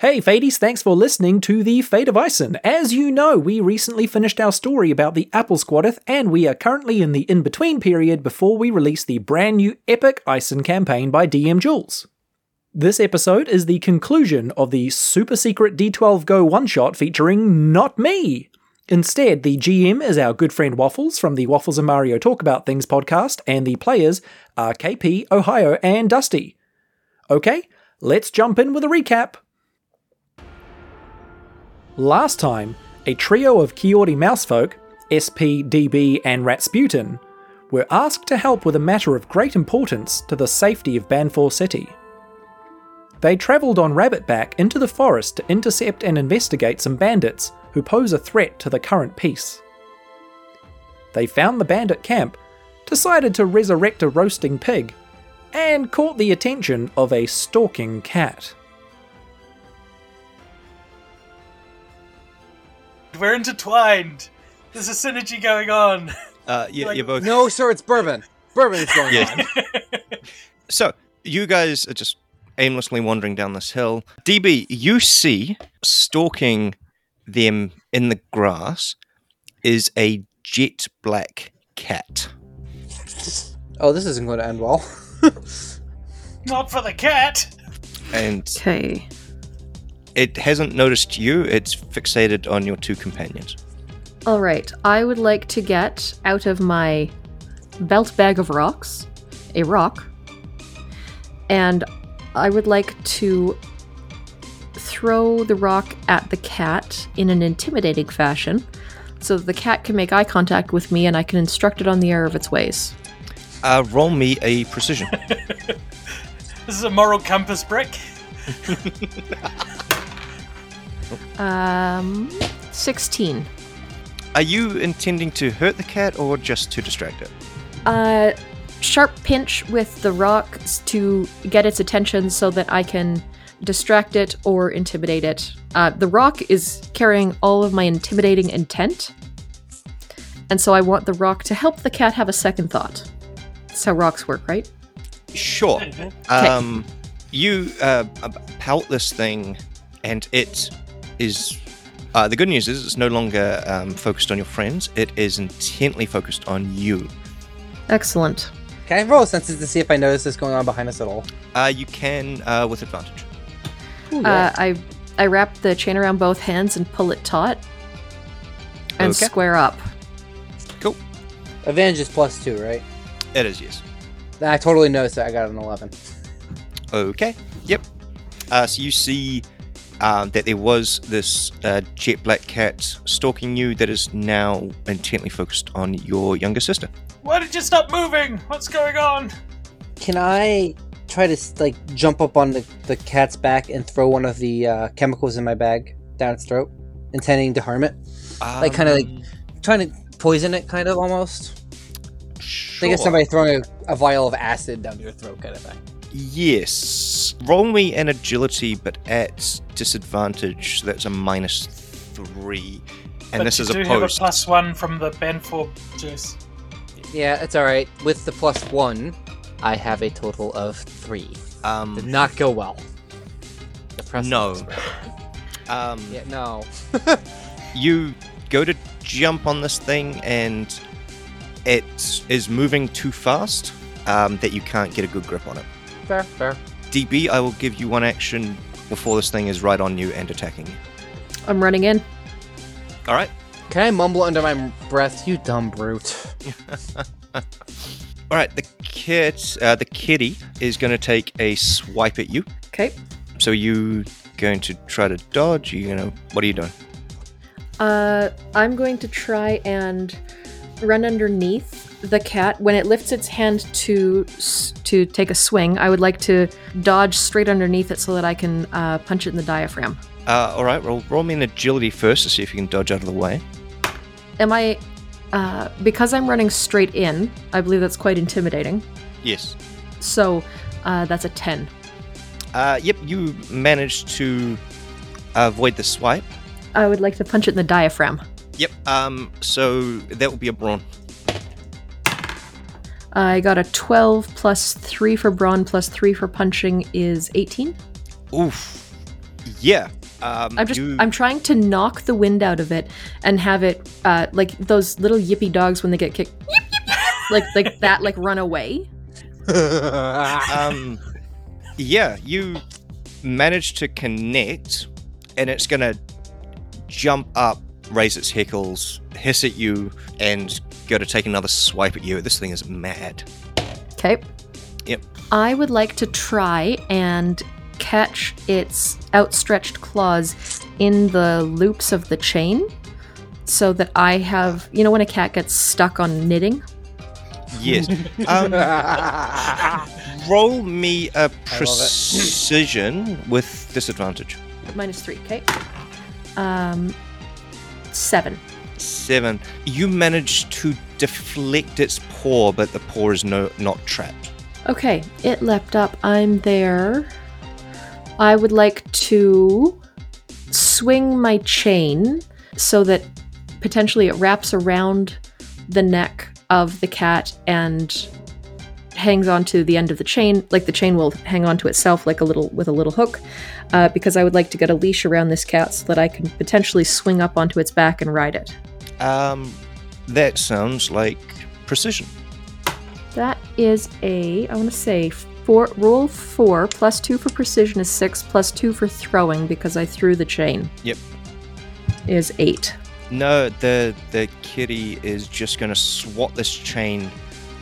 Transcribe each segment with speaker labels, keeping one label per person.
Speaker 1: Hey, Fadies, thanks for listening to the Fate of Ison. As you know, we recently finished our story about the Apple Squadeth, and we are currently in the in between period before we release the brand new epic Ison campaign by DM Jules. This episode is the conclusion of the super secret D12 Go one shot featuring Not Me. Instead, the GM is our good friend Waffles from the Waffles and Mario Talk About Things podcast, and the players are KP, Ohio, and Dusty. Okay, let's jump in with a recap. Last time, a trio of Kiori mousefolk, SP, DB, and Ratsputin, were asked to help with a matter of great importance to the safety of Banfor City. They travelled on Rabbitback into the forest to intercept and investigate some bandits who pose a threat to the current peace. They found the bandit camp, decided to resurrect a roasting pig, and caught the attention of a stalking cat.
Speaker 2: We're intertwined. There's a synergy going on.
Speaker 3: Uh, you,
Speaker 2: Like-
Speaker 3: you both.
Speaker 4: No, sir, it's bourbon. Bourbon is going
Speaker 3: Yes.
Speaker 4: on.
Speaker 3: So you guys are just aimlessly wandering down this hill. DB, you see stalking them in the grass is a jet black cat.
Speaker 4: Oh, this isn't going to end well.
Speaker 2: Not for the cat.
Speaker 3: And
Speaker 5: Okay.
Speaker 3: it hasn't noticed you, it's fixated on your two companions.
Speaker 5: All right. I would like to get out of my belt bag of rocks a rock, and I would like to throw the rock at the cat in an intimidating fashion, so that the cat can make eye contact with me and I can instruct it on the error of its ways.
Speaker 3: Uh, roll me a precision.
Speaker 2: This is a moral compass brick.
Speaker 5: Um, sixteen.
Speaker 3: are you intending to hurt the cat or just to distract it?
Speaker 5: uh, sharp pinch with the rock s- to get its attention so that I can distract it or intimidate it. Uh, the rock is carrying all of my intimidating intent, and so I want the rock to help the cat have a second thought. That's how rocks work, right?
Speaker 3: Sure. Um, you uh, ab- pout this thing, and it is. Uh, the good news is it's no longer um, focused on your friends. It is intently focused on you.
Speaker 5: Excellent.
Speaker 4: Can I roll a census to see if I notice this going on behind us at all?
Speaker 3: Uh, you can uh, with advantage.
Speaker 5: Uh, I I wrap the chain around both hands and pull it taut, and
Speaker 3: Okay.
Speaker 5: square up.
Speaker 3: Cool.
Speaker 4: Advantage is plus two, right?
Speaker 3: It is yes.
Speaker 4: I totally noticed that. I got an 11.
Speaker 3: Okay. Yep. Uh, so you see um, that there was this uh, jet black cat stalking you that is now intently focused on your younger sister.
Speaker 2: Why did you stop moving? What's going on?
Speaker 4: Can I try to, s- like, jump up on the, the cat's back and throw one of the uh, chemicals in my bag down its throat, intending to harm it? Like, kinda like-
Speaker 3: Um,
Speaker 4: Trying to poison it, kind of, almost? Think of
Speaker 3: sure.
Speaker 4: somebody throwing a, a vial of acid down your throat, kind of thing.
Speaker 3: Yes. Roll me an agility, but at disadvantage. That's a minus three. And
Speaker 2: But
Speaker 3: this
Speaker 2: you
Speaker 3: is
Speaker 2: do
Speaker 3: a
Speaker 2: have a
Speaker 3: post.
Speaker 2: plus one from the Banfor juice.
Speaker 4: Yeah, it's alright. With the plus one, I have a total of three. Did
Speaker 3: Um,
Speaker 4: not go well. The press
Speaker 3: No.
Speaker 4: was-
Speaker 3: um,
Speaker 4: Yeah, no.
Speaker 3: You go to jump on this thing, and it is moving too fast um, that you can't get a good grip on it.
Speaker 4: Fair, fair.
Speaker 3: DB, I will give you one action before this thing is right on you and attacking you.
Speaker 5: I'm running in.
Speaker 3: All right.
Speaker 4: Can I mumble under my breath, you dumb brute?
Speaker 3: All right. The kit, uh, the kitty, is going to take a swipe at you.
Speaker 5: Okay.
Speaker 3: So you going to try to dodge? You gonna what are you doing?
Speaker 5: Uh, I'm going to try and run underneath the cat when it lifts its hand to s- to take a swing. I would like to dodge straight underneath it so that I can uh, punch it in the diaphragm.
Speaker 3: Uh, all right, roll, roll me an agility first to see if you can dodge out of the way.
Speaker 5: Am I? Uh, because I'm running straight in, I believe that's quite intimidating.
Speaker 3: Yes.
Speaker 5: So uh, that's a ten.
Speaker 3: Uh, yep, you managed to uh, avoid the swipe.
Speaker 5: I would like to punch it in the diaphragm.
Speaker 3: Yep. Um, so that will be a brawn.
Speaker 5: I got a 12 plus 3 for brawn plus 3 for punching is 18.
Speaker 3: Oof. Yeah. Um,
Speaker 5: I'm just
Speaker 3: you-
Speaker 5: I'm trying to knock the wind out of it and have it uh, like those little yippy dogs when they get kicked, yip, yip, yip, like like that, like run away.
Speaker 3: um, yeah, you manage to connect, and it's gonna jump up, raise its hackles, hiss at you, and go to take another swipe at you. This thing is mad.
Speaker 5: Okay.
Speaker 3: Yep.
Speaker 5: I would like to try and catch its outstretched claws in the loops of the chain so that I have, you know, when a cat gets stuck on knitting,
Speaker 3: Yes. Um, roll me a precision with disadvantage.
Speaker 5: minus three, okay? Um, seven.
Speaker 3: Seven. You manage to deflect its paw, but the paw is no not trapped.
Speaker 5: Okay, it leapt up. I'm there. I would like to swing my chain so that potentially it wraps around the neck of the cat and hangs onto the end of the chain. Like the chain will hang onto itself, like a little with a little hook, uh, because I would like to get a leash around this cat so that I can potentially swing up onto its back and ride it.
Speaker 3: Um, that sounds like precision.
Speaker 5: That is a, I want to say, four, roll four, plus two for precision is six, plus two for throwing because I threw the chain.
Speaker 3: Yep.
Speaker 5: Is eight.
Speaker 3: No, the the kitty is just going to swat this chain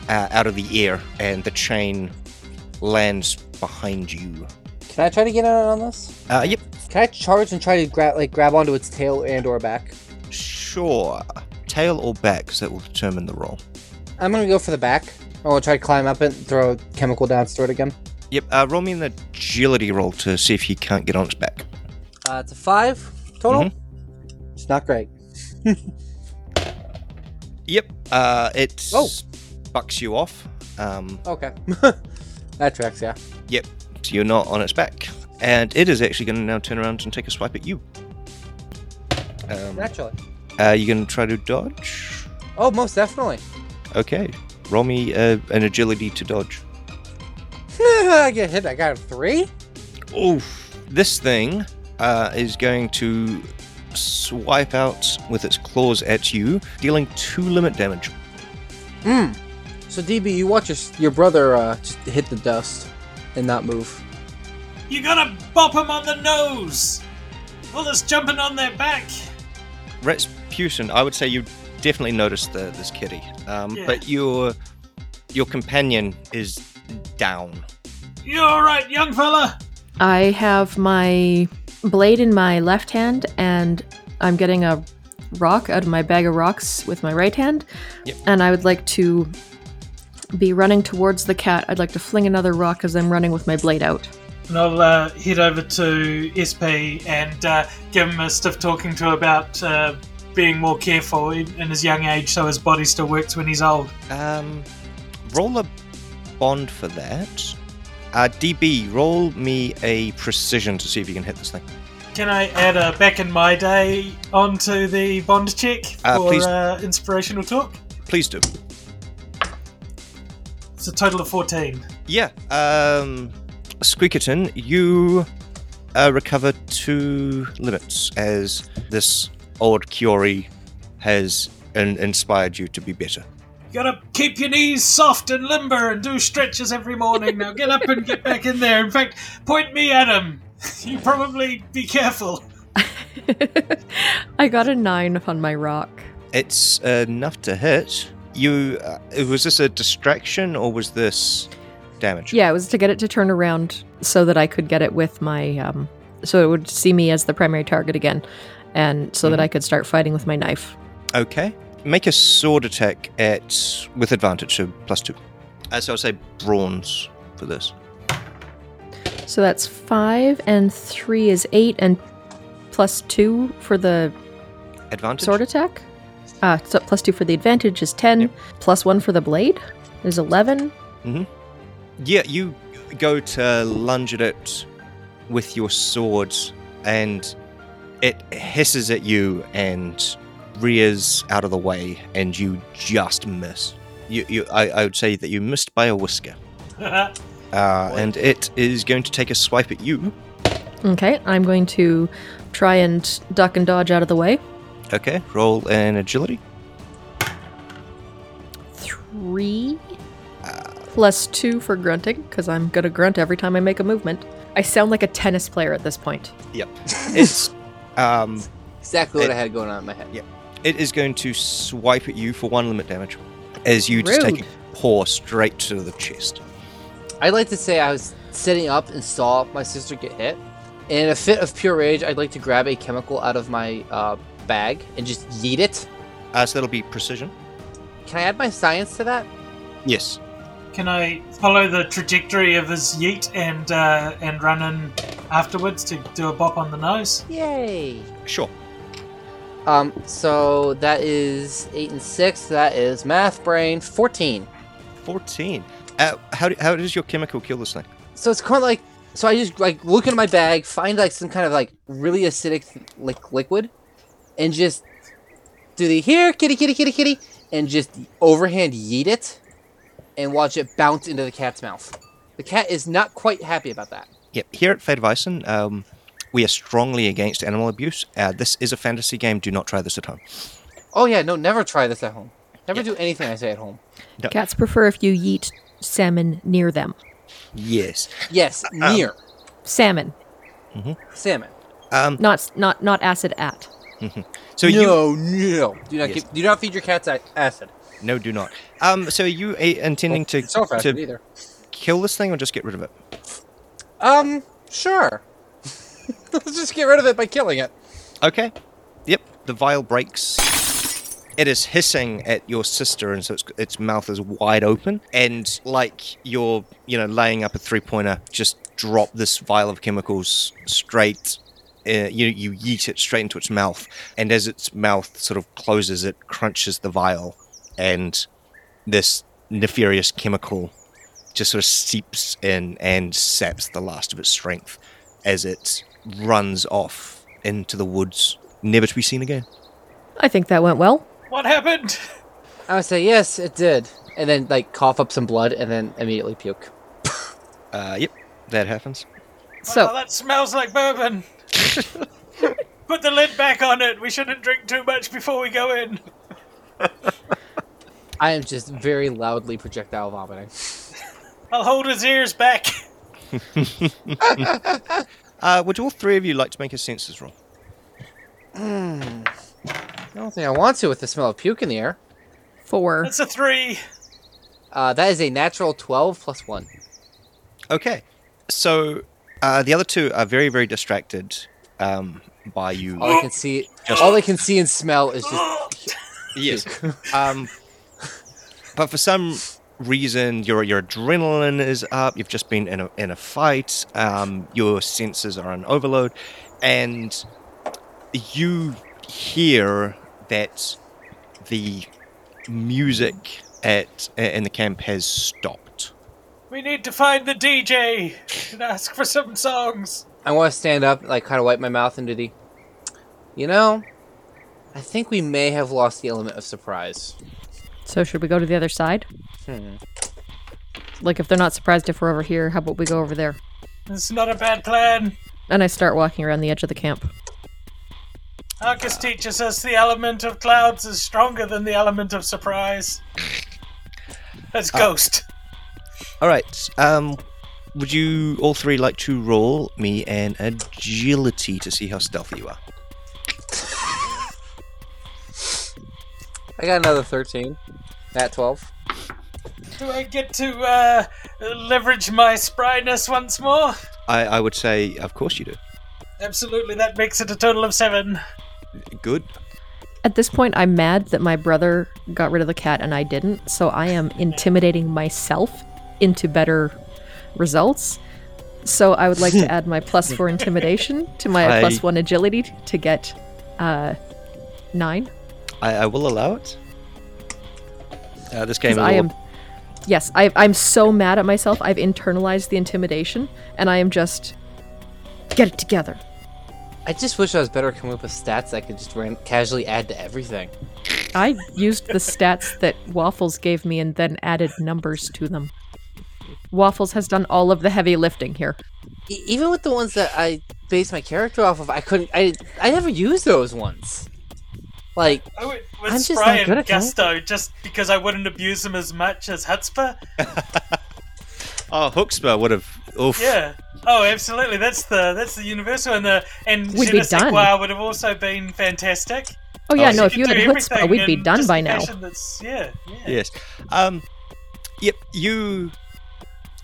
Speaker 3: uh, out of the air, and the chain lands behind you.
Speaker 4: Can I try to get in on this?
Speaker 3: Uh, yep,
Speaker 4: Can I charge and try to grab like grab onto its tail and or back?
Speaker 3: sure. Tail or back, 'cause that will determine the roll.
Speaker 4: I'm gonna go for the back. I'm gonna try to climb up it and throw a chemical down its throat again.
Speaker 3: Yep, uh, roll me an agility roll to see if you can't get on its back.
Speaker 4: Uh, it's a five total.
Speaker 3: Mm-hmm.
Speaker 4: It's not great.
Speaker 3: Yep, uh, it
Speaker 4: Oh.
Speaker 3: bucks you off. Um,
Speaker 4: Okay. that tracks, yeah.
Speaker 3: yep, so you're not on its back, and it is actually going to now turn around and take a swipe at you. Um,
Speaker 4: Naturally.
Speaker 3: are you going to try to dodge?
Speaker 4: Oh, most definitely.
Speaker 3: Okay. Roll me uh, an agility to dodge.
Speaker 4: I get hit. I got a three.
Speaker 3: Oof. This thing uh, is going to swipe out with its claws at you, dealing two limit damage.
Speaker 4: Hmm. So DB, you watch your, your brother uh, just hit the dust and not move.
Speaker 2: You gotta bop them on the nose! Well, it's jumping on their back!
Speaker 3: Rasputin, I would say you definitely noticed the, this kitty, um,
Speaker 2: Yeah.
Speaker 3: but your your companion is down.
Speaker 2: You alright, young fella?
Speaker 5: I have my blade in my left hand and I'm getting a rock out of my bag of rocks with my right hand.
Speaker 3: Yep.
Speaker 5: And I would like to be running towards the cat. I'd like to fling another rock as I'm running with my blade out.
Speaker 2: And I'll uh, head over to SP and uh, give him a stiff talking to about uh, being more careful in, in his young age so his body still works when he's old.
Speaker 3: Um, roll a bond for that. Uh, DB, roll me a precision to see if you can hit this thing.
Speaker 2: Can I add a back in my day onto the bond check
Speaker 3: Uh,
Speaker 2: for
Speaker 3: please.
Speaker 2: uh, inspirational talk?
Speaker 3: Please do.
Speaker 2: It's a total of 14.
Speaker 3: Yeah. Um, Squeakerton, you uh, recover two limits as this old Kiori has in- inspired you to be better.
Speaker 2: You gotta keep your knees soft and limber and do stretches every morning. Now get up and get back in there. In fact, point me at him. You probably be careful.
Speaker 5: I got a nine on my rock.
Speaker 3: It's enough to hit. You uh, was this a distraction or was this damage?
Speaker 5: Yeah, it was to get it to turn around so that I could get it with my, um, so it would see me as the primary target again, and so
Speaker 3: Mm-hmm.
Speaker 5: that I could start fighting with my knife.
Speaker 3: Okay. Make a sword attack at with advantage, so plus two. Uh, so I'll say bronze for this.
Speaker 5: So that's five and three is eight and plus two for the
Speaker 3: Advantage.
Speaker 5: sword attack. Uh, so plus two for the advantage is ten.
Speaker 3: Yep.
Speaker 5: plus one for the blade is eleven.
Speaker 3: Yeah, you go to lunge at it with your sword, and it hisses at you and rears out of the way, and you just miss. You, you I, I would say that you missed by a whisker,
Speaker 2: That's
Speaker 3: uh, and it is going to take a swipe at you.
Speaker 5: Okay, I'm going to try and duck and dodge out of the way.
Speaker 3: Okay, roll an agility.
Speaker 5: Three uh, plus two for grunting, because I'm going to grunt every time I make a movement. I sound like a tennis player at this point.
Speaker 3: Yep. It's um,
Speaker 4: Exactly what
Speaker 3: It-
Speaker 4: I had going on in my head.
Speaker 3: Yeah. it is going to swipe at you for one limit damage, as you just take
Speaker 5: Rude.
Speaker 3: a paw straight to the chest.
Speaker 4: I'd like to say I was sitting up and saw my sister get hit. And in a fit of pure rage, I'd like to grab a chemical out of my uh, bag and just yeet it.
Speaker 3: Uh, so that'll be precision.
Speaker 4: Can I add my science to that?
Speaker 3: Yes.
Speaker 2: Can I follow the trajectory of his yeet and uh, and run in afterwards to do a bop on the nose?
Speaker 4: Yay!
Speaker 3: Sure.
Speaker 4: Um, so that is eight and six. That is math brain fourteen.
Speaker 3: 14. Uh, how, do, how does your chemical kill this thing?
Speaker 4: So it's kind of like so I just like look into my bag, find like some kind of like really acidic like liquid, and just do the here kitty kitty kitty kitty, and just overhand yeet it, and watch it bounce into the cat's mouth. The cat is not quite happy about that.
Speaker 3: Yep. Here at Fed Bison, um, we are strongly against animal abuse. Uh, this is a fantasy game. Do not try this at home.
Speaker 4: Oh yeah, no, never try this at home. Never do anything I say at home.
Speaker 3: Yeah.
Speaker 5: Cats prefer if you yeet salmon near them.
Speaker 3: Yes.
Speaker 4: Yes,
Speaker 3: Um,
Speaker 4: near
Speaker 5: Salmon,
Speaker 4: salmon.
Speaker 5: not s- not not acid at.
Speaker 3: So you
Speaker 4: no, no, do not
Speaker 3: Yes.
Speaker 4: give, do not feed your cats ac- acid.
Speaker 3: no, do not. Um, so are you uh, intending to
Speaker 4: It's not acid
Speaker 3: to
Speaker 4: either.
Speaker 3: kill this thing or just get rid of it?
Speaker 4: Um, sure. Let's just get rid of it by killing it.
Speaker 3: Okay. Yep. The vial breaks. It is hissing at your sister, and so its, its mouth is wide open. And like you're, you know, laying up a three pointer, just drop this vial of chemicals straight. Uh, you you yeet it straight into its mouth, and as its mouth sort of closes, it crunches the vial, and this nefarious chemical just sort of seeps in and saps the last of its strength as it runs off into the woods, never to be seen again.
Speaker 5: I think that went well.
Speaker 2: What happened?
Speaker 4: I would say yes, it did, and then like cough up some blood and then immediately puke.
Speaker 3: Uh, yep, that happens.
Speaker 2: oh,
Speaker 5: So
Speaker 2: that smells like bourbon. Put the lid back on it. We shouldn't drink too much before we go in.
Speaker 4: I am just very loudly projectile vomiting.
Speaker 2: I'll hold his ears back.
Speaker 3: Uh, would all three of you like to make a senses roll?
Speaker 4: I don't think I want to with the smell of puke in the air.
Speaker 5: four.
Speaker 2: That's a three.
Speaker 4: Uh, that is a natural twelve plus one.
Speaker 3: Okay, so uh, the other two are very, very distracted um, by you.
Speaker 4: All I can see, all I can see and smell is just
Speaker 3: Yes. um, but for some reason, your your adrenaline is up. You've just been in a in a fight. Um, your senses are on overload, and you hear that the music at in the camp has stopped.
Speaker 2: We need to find the DJ and ask for some songs.
Speaker 4: I want to stand up, like kind of wipe my mouth and do the. You know, I think we may have lost the element of surprise.
Speaker 5: So should we go to the other side? Like if they're not surprised if we're over here, how about we go over there?
Speaker 2: It's not a bad plan.
Speaker 5: And I start walking around the edge of the camp.
Speaker 2: Arcus teaches us the element of clouds is stronger than the element of surprise. That's ghost.
Speaker 3: All right. Um, would you all three like to roll me an agility to see how stealthy you are?
Speaker 4: I got another thirteen. That twelve.
Speaker 2: Do I get to uh, leverage my spryness once more?
Speaker 3: I, I would say, of course you do.
Speaker 2: Absolutely, that makes it a total of seven.
Speaker 3: Good.
Speaker 5: At this point, I'm mad that my brother got rid of the cat and I didn't, so I am intimidating myself into better results. So I would like to add my plus four intimidation to my
Speaker 3: I-
Speaker 5: plus one agility t- to get uh, nine.
Speaker 3: I, I will allow it. Uh, this game is
Speaker 5: 'Cause I
Speaker 3: all-
Speaker 5: am, yes, I, I'm so mad at myself. I've internalized the intimidation, and I am just get it together.
Speaker 4: I just wish I was better at coming up with stats that I could just ran- casually add to everything.
Speaker 5: I used the stats that Waffles gave me and then added numbers to them. Waffles has done all of the heavy lifting here.
Speaker 4: E- even with the ones that I base my character off of. I couldn't. I I never used those ones. Like
Speaker 2: I would,
Speaker 4: I'm
Speaker 2: with
Speaker 4: just not
Speaker 2: Spry
Speaker 4: good
Speaker 2: and
Speaker 4: at that.
Speaker 2: Gusto, just because I wouldn't abuse them as much as Hutzpah.
Speaker 3: Oh, Hookspur would have. Oof.
Speaker 2: Yeah. Oh, absolutely. That's the that's the universal and the and
Speaker 5: We'd be done.
Speaker 2: Wow would have also been fantastic.
Speaker 5: Oh yeah,
Speaker 3: Oh,
Speaker 5: no.
Speaker 3: you
Speaker 5: If you had
Speaker 2: do
Speaker 5: hit spell,
Speaker 2: everything
Speaker 5: we'd be
Speaker 2: in
Speaker 5: done
Speaker 2: just
Speaker 5: by
Speaker 2: a
Speaker 5: now.
Speaker 2: fashion that's- yeah, yeah.
Speaker 3: Yes. Um, yep. You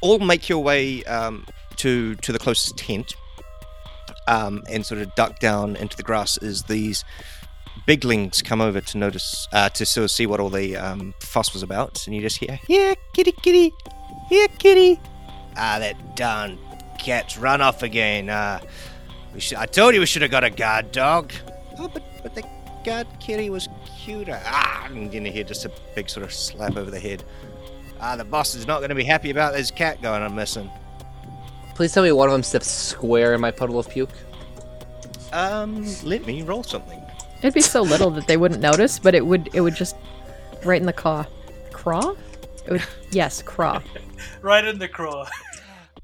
Speaker 3: all make your way um, to to the closest tent, um, and sort of duck down into the grass as these biglings come over to notice uh, to sort of see what all the um, fuss was about, and you just hear, "Here, kitty, kitty, here, kitty." Ah, that darn cat's run off again. Ah, we should, I told you we should have got a guard dog. Oh, but but the God, Kitty was cuter. Ah, I'm gonna hear just a big sort of slap over the head. Ah, the boss is not gonna be happy about this cat going on missing.
Speaker 4: Please tell me one of them steps square in my puddle of puke.
Speaker 3: Um, let me roll something.
Speaker 5: It'd be so little that they wouldn't notice, but it would it would just right in the caw, craw. It would yes, craw.
Speaker 2: Right in the craw.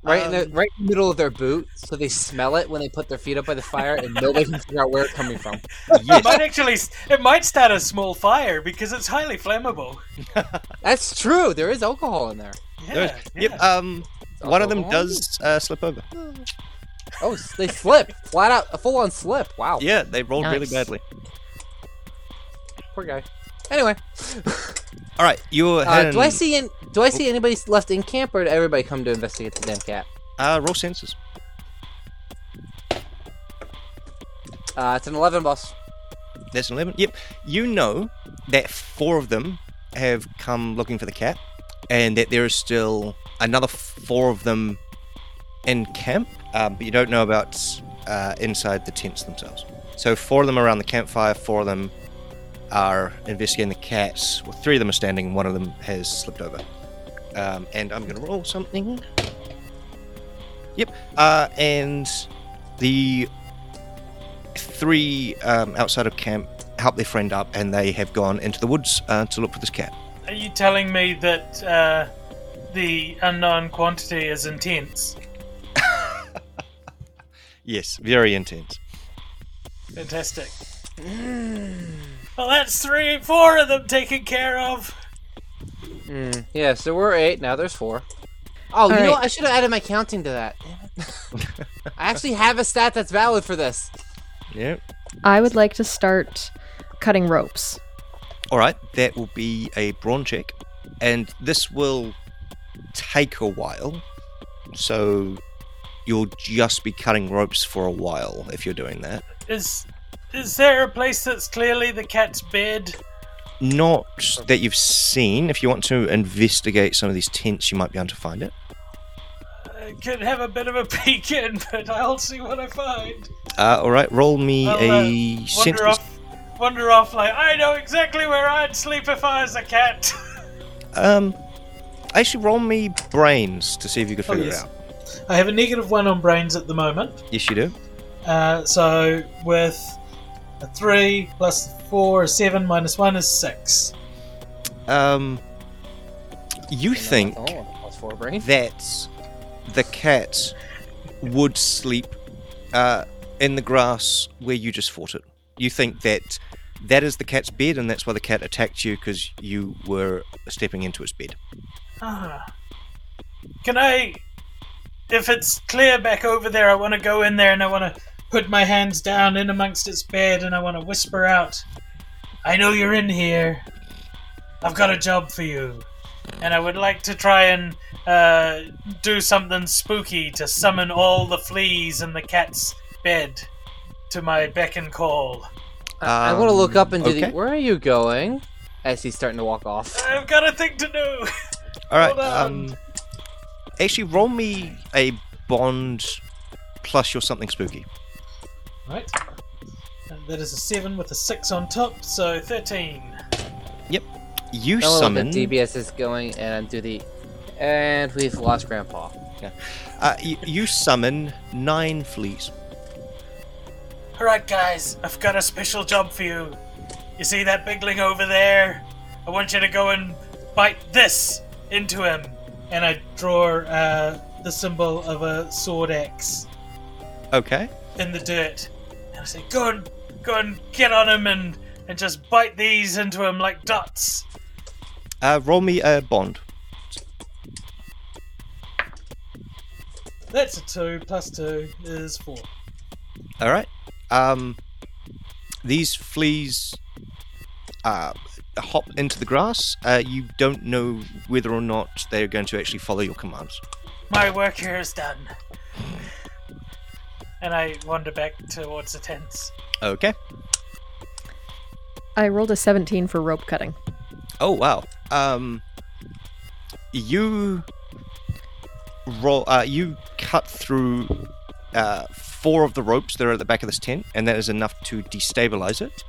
Speaker 4: Right in the right in the middle of their boot, so they smell it when they put their feet up by the fire, and nobody can figure out where it's coming from.
Speaker 2: It might actually it might start a small fire because it's highly flammable.
Speaker 4: That's true. There is alcohol in there.
Speaker 2: Yeah, yeah.
Speaker 3: Yep. Um, one of them
Speaker 4: alcohol.
Speaker 3: does uh, slip over.
Speaker 4: Oh, s- they slip flat out, a full-on slip. Wow.
Speaker 3: Yeah, they rolled really
Speaker 5: Nice.
Speaker 3: badly.
Speaker 4: Poor guy. Anyway,
Speaker 3: All right, you
Speaker 4: uh, do I see in, do I see anybody left in camp, or did everybody come to investigate the damn cat?
Speaker 3: Uh, roll senses.
Speaker 4: Uh, it's an eleven, boss.
Speaker 3: That's an eleven. Yep. You know that four of them have come looking for the cat, and that there is still another four of them in camp, uh, but you don't know about uh, inside the tents themselves. So four of them are around the campfire. Four of them are investigating the cats. Well, three of them are standing. and One of them has slipped over. Um, and I'm going to roll something. Yep. Uh, and the three um, outside of camp help their friend up and they have gone into the woods uh, to look for this cat.
Speaker 2: Are you telling me that uh, the unknown quantity is intense?
Speaker 3: Yes, very intense.
Speaker 2: Fantastic. Mm. Well, that's three, four of them taken care of.
Speaker 4: Mm. Yeah. So we're eight now. There's four. Oh, you know
Speaker 5: right.
Speaker 4: what? I should have added my counting to that. Damn it. I actually have a stat that's valid for this.
Speaker 3: Yep.
Speaker 5: I would like to start cutting ropes.
Speaker 3: All right, that will be a brawn check, and this will take a while. So you'll just be cutting ropes for a while if you're doing that.
Speaker 2: Is is there a place that's clearly the cat's bed?
Speaker 3: Not that you've seen. If you want to investigate some of these tents, you might be able to find it.
Speaker 2: I could have a bit of a peek in, but I'll see what I find.
Speaker 3: Uh, all right, roll me
Speaker 2: I'll, uh,
Speaker 3: a
Speaker 2: Wander
Speaker 3: sense.
Speaker 2: off, wander off like I know exactly where I'd sleep if I was a cat.
Speaker 3: Um, actually, roll me brains to see if you could
Speaker 2: Oh,
Speaker 3: figure
Speaker 2: yes.
Speaker 3: it out.
Speaker 2: I have a negative one on brains at the moment.
Speaker 3: Yes, you do.
Speaker 2: Uh, so with a three plus four, a seven minus one is six.
Speaker 3: Um, you think
Speaker 4: Oh, plus four brain.
Speaker 3: that the cat would sleep uh, in the grass where you just fought it. You think that that is the cat's bed, and that's why the cat attacked you because you were stepping into its bed.
Speaker 2: Ah. Can I? If it's clear back over there, I want to go in there and I want to put my hands down in amongst its bed and I want to whisper out, I know you're in here. I've got a job for you. And I would like to try and uh, do something spooky to summon all the fleas in the cat's bed to my beck and call.
Speaker 4: I want to look up and do the.
Speaker 3: Um, okay.
Speaker 4: Where are you going? As he's starting to walk off.
Speaker 2: I've got a thing to do.
Speaker 3: All right.
Speaker 2: Hold on.
Speaker 3: Um, actually, roll me a bond plus your something spooky.
Speaker 2: Right. And that is a 7 with a 6 on top, so 13.
Speaker 3: You
Speaker 4: I wanna look
Speaker 3: summon.
Speaker 4: at DBS is going and do the. And we've lost Grandpa.
Speaker 3: Uh, you, you summon nine fleas.
Speaker 2: Alright, guys, I've got a special job for you. You see that bigling over there? I want you to go and bite this into him. And I draw uh, the symbol of a sword axe.
Speaker 3: Okay.
Speaker 2: in the dirt. And I say, go and go and get on him and, and just bite these into him like dots.
Speaker 3: Uh, roll me a bond.
Speaker 2: That's a two plus two is four.
Speaker 3: All right. Um, these fleas uh, hop into the grass. Uh, you don't know whether or not they're going to actually follow your commands.
Speaker 2: My work here is done. And I wander back towards the tents.
Speaker 3: Okay.
Speaker 5: I rolled a 17 for rope cutting.
Speaker 3: Oh wow. Um, you roll. Uh, you cut through uh, four of the ropes that are at the back of this tent, and that is enough to destabilize it.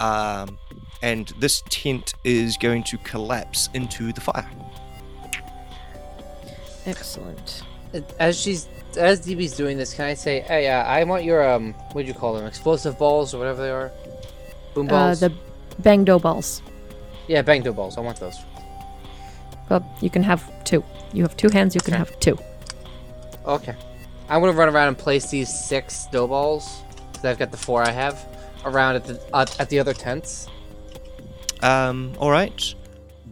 Speaker 3: Um, and this tent is going to collapse into the fire.
Speaker 5: Excellent.
Speaker 4: As she's as DB's doing this, can I say, hey, uh, I want your um, what do you call them, explosive balls or whatever they are, boom
Speaker 5: Uh,
Speaker 4: balls.
Speaker 5: the bang dough balls.
Speaker 4: Yeah, bang dough balls. I want those.
Speaker 5: Well, you can have two. You have two hands, you can
Speaker 4: Okay.
Speaker 5: have two.
Speaker 4: Okay. I'm gonna run around and place these six dough balls because I've got the four I have around at the at, at the other tents.
Speaker 3: Um, all right.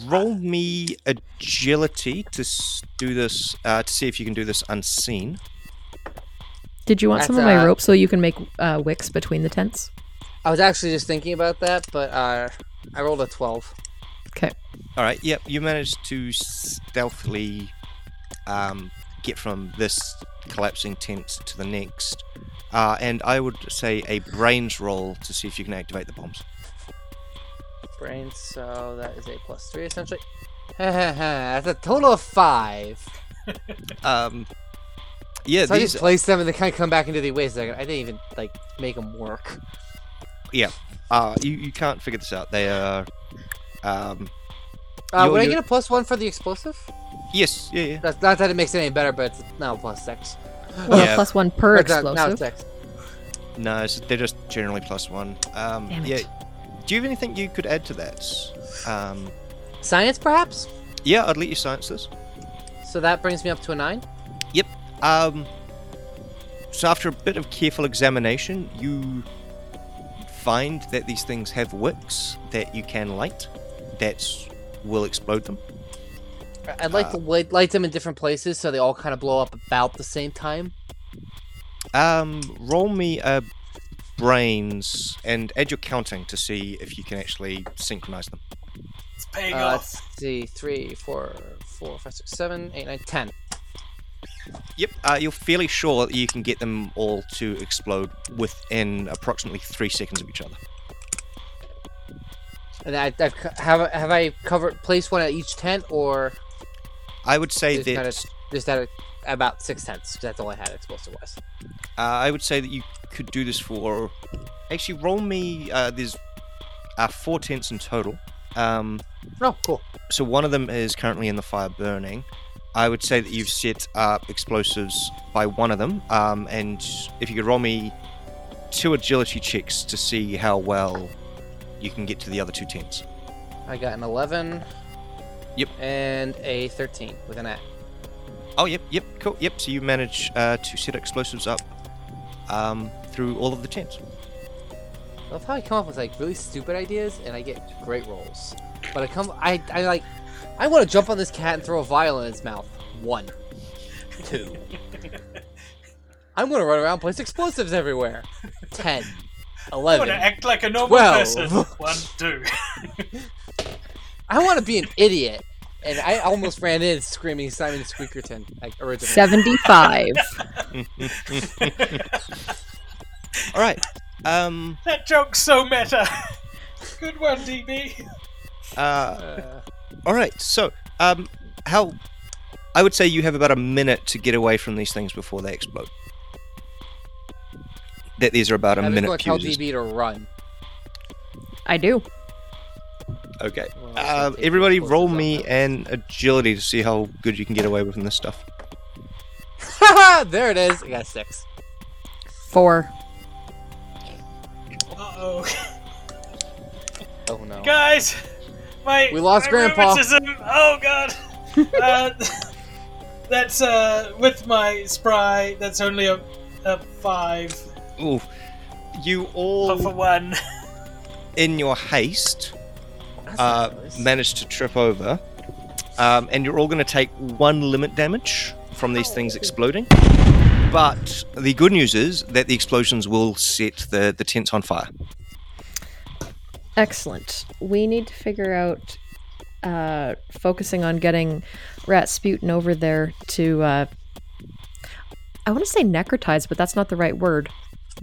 Speaker 3: Roll me agility to s- do this uh, to see if you can do this unseen.
Speaker 5: Did you want some of
Speaker 4: That's,
Speaker 5: my
Speaker 4: uh,
Speaker 5: rope so you can make uh, wicks between the tents?
Speaker 4: I was actually just thinking about that, but uh, I rolled a twelve.
Speaker 5: Okay.
Speaker 3: All right. Yep. You managed to stealthily um, get from this collapsing tent to the next, uh, and I would say a brains roll to see if you can activate the bombs.
Speaker 4: Brain, so that is a plus three essentially. That's a total of five.
Speaker 3: Um, yeah.
Speaker 4: So I
Speaker 3: these
Speaker 4: just place them and they kind of come back into the wait a second. I didn't even like make them work.
Speaker 3: Yeah. Uh, you, you can't figure this out. They are. Um,
Speaker 4: Uh,
Speaker 3: Yo,
Speaker 4: would I
Speaker 3: yo-
Speaker 4: get a plus one for the explosive?
Speaker 3: yes. Yeah. Yeah.
Speaker 4: That's not that it makes it any better, but it's now plus six.
Speaker 5: Well,
Speaker 3: Yeah.
Speaker 5: plus one per
Speaker 4: Or it's not- Now it's
Speaker 5: explosive.
Speaker 4: six.
Speaker 3: No, it's, they're just generally plus one. Um,
Speaker 5: Damn
Speaker 3: yeah.
Speaker 5: it.
Speaker 3: Do you have anything you could add to that? Um,
Speaker 4: Science, perhaps.
Speaker 3: yeah, I'd let you science this.
Speaker 4: So that brings me up to a nine.
Speaker 3: Yep. Um, so after a bit of careful examination, you find that these things have wicks that you can light that will explode them.
Speaker 4: I- I'd
Speaker 3: Uh,
Speaker 4: like to light, light them in different places so they all kind of blow up about the same time.
Speaker 3: Um, roll me a brains and add your counting to see if you can actually synchronize them.
Speaker 2: It's paying
Speaker 4: Uh,
Speaker 2: off.
Speaker 4: let's see, three, four, four, five, six, seven, eight, nine, ten.
Speaker 3: Yep, uh, you're fairly sure that you can get them all to explode within approximately three seconds of each other.
Speaker 4: And I, I've, co- have I- have I covered place one at each tent or
Speaker 3: I would say
Speaker 4: just
Speaker 3: that
Speaker 4: kinda- just at a, about six tents? 'cause that's all I had explosive wise.
Speaker 3: uh, I would say that you could do this for. Actually, roll me. Uh, there's uh, four tents in total. Um,
Speaker 4: No, Oh, cool.
Speaker 3: so one of them is currently in the fire burning. I would say that you've set up explosives by one of them, um, and if you could roll me two agility checks to see how well you can get to the other two tents.
Speaker 4: I got an eleven.
Speaker 3: Yep.
Speaker 4: And a thirteen with an at.
Speaker 3: Oh, yep, yep, cool, yep. So you manage uh, to set explosives up um, through all of the tents.
Speaker 4: I love how I come up with like really stupid ideas and I get great rolls. But I come, I, I like, I want to jump on this cat and throw a vial in its mouth. One, two. I'm gonna run around, and place explosives everywhere. Ten,
Speaker 2: I want to
Speaker 4: eleven.
Speaker 2: act like a normal
Speaker 4: Twelve.
Speaker 2: person. One, two.
Speaker 4: I want to be an idiot, and I almost ran in screaming Simon Squeakerton like originally.
Speaker 5: 75.
Speaker 3: All right. Um,
Speaker 2: That joke's so meta. Good one, DB.
Speaker 3: uh,
Speaker 4: Uh,
Speaker 3: all right. So, um, how? I would say you have about a minute to get away from these things before they explode. That these are about a
Speaker 4: I'm just
Speaker 3: minute
Speaker 4: gonna tell
Speaker 3: fuses.
Speaker 4: DB to run.
Speaker 5: I do.
Speaker 3: Okay.
Speaker 4: Well, I'll
Speaker 3: Uh,
Speaker 4: take the
Speaker 3: everybody,
Speaker 4: explosives
Speaker 3: roll
Speaker 4: off
Speaker 3: me
Speaker 4: now.
Speaker 3: an agility to see how good you can get away with this stuff.
Speaker 4: there it is. I got a six.
Speaker 5: Four.
Speaker 2: Uh oh.
Speaker 4: Oh no.
Speaker 2: Guys! My,
Speaker 4: We lost
Speaker 2: my
Speaker 4: Grandpa.
Speaker 2: rheumatism- Oh, God. uh, that's uh, with my spry, that's only a, a five.
Speaker 3: Ooh. You
Speaker 2: But for
Speaker 3: all,
Speaker 2: one,
Speaker 3: in your haste,
Speaker 4: That's
Speaker 3: uh,
Speaker 4: not nice.
Speaker 3: managed to trip over, um, and you're all going to take one limit damage from these things
Speaker 4: Oh.
Speaker 3: exploding. But the good news is that the explosions will set the, the tents on fire.
Speaker 5: Excellent. We need to figure out uh, focusing on getting Rasputin over there to. Uh, I want to say necrotize, but that's not the right word.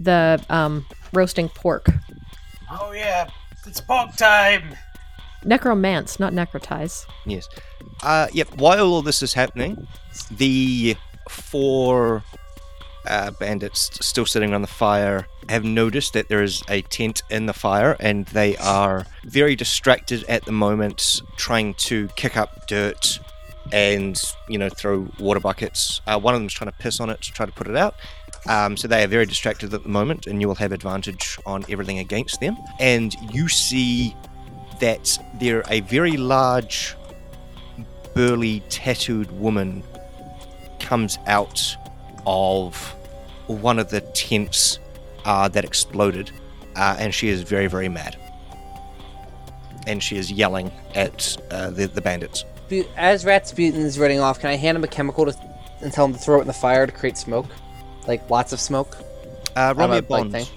Speaker 5: The um, roasting pork.
Speaker 2: oh yeah, it's pork time.
Speaker 5: Necromance, not necrotize.
Speaker 3: Yes. Uh, yep. While all this is happening, the four uh, bandits still sitting on the fire have noticed that there is a tent in the fire, and they are very distracted at the moment, trying to kick up dirt and you know throw water buckets. Uh, one of them's trying to piss on it to try to put it out. Um, so they are very distracted at the moment, and you will have advantage on everything against them. And you see that they're a very large burly, tattooed woman comes out of one of the tents uh, that exploded, uh, and she is very, very mad. And she is yelling at uh, the, the bandits.
Speaker 4: Bu- As Ratsputin's running off, can I hand him a chemical to, and tell him to throw it in the fire to create smoke? Like lots of smoke?
Speaker 3: Uh, roll
Speaker 4: I'm
Speaker 3: me
Speaker 4: a
Speaker 3: a
Speaker 4: blank
Speaker 3: bond.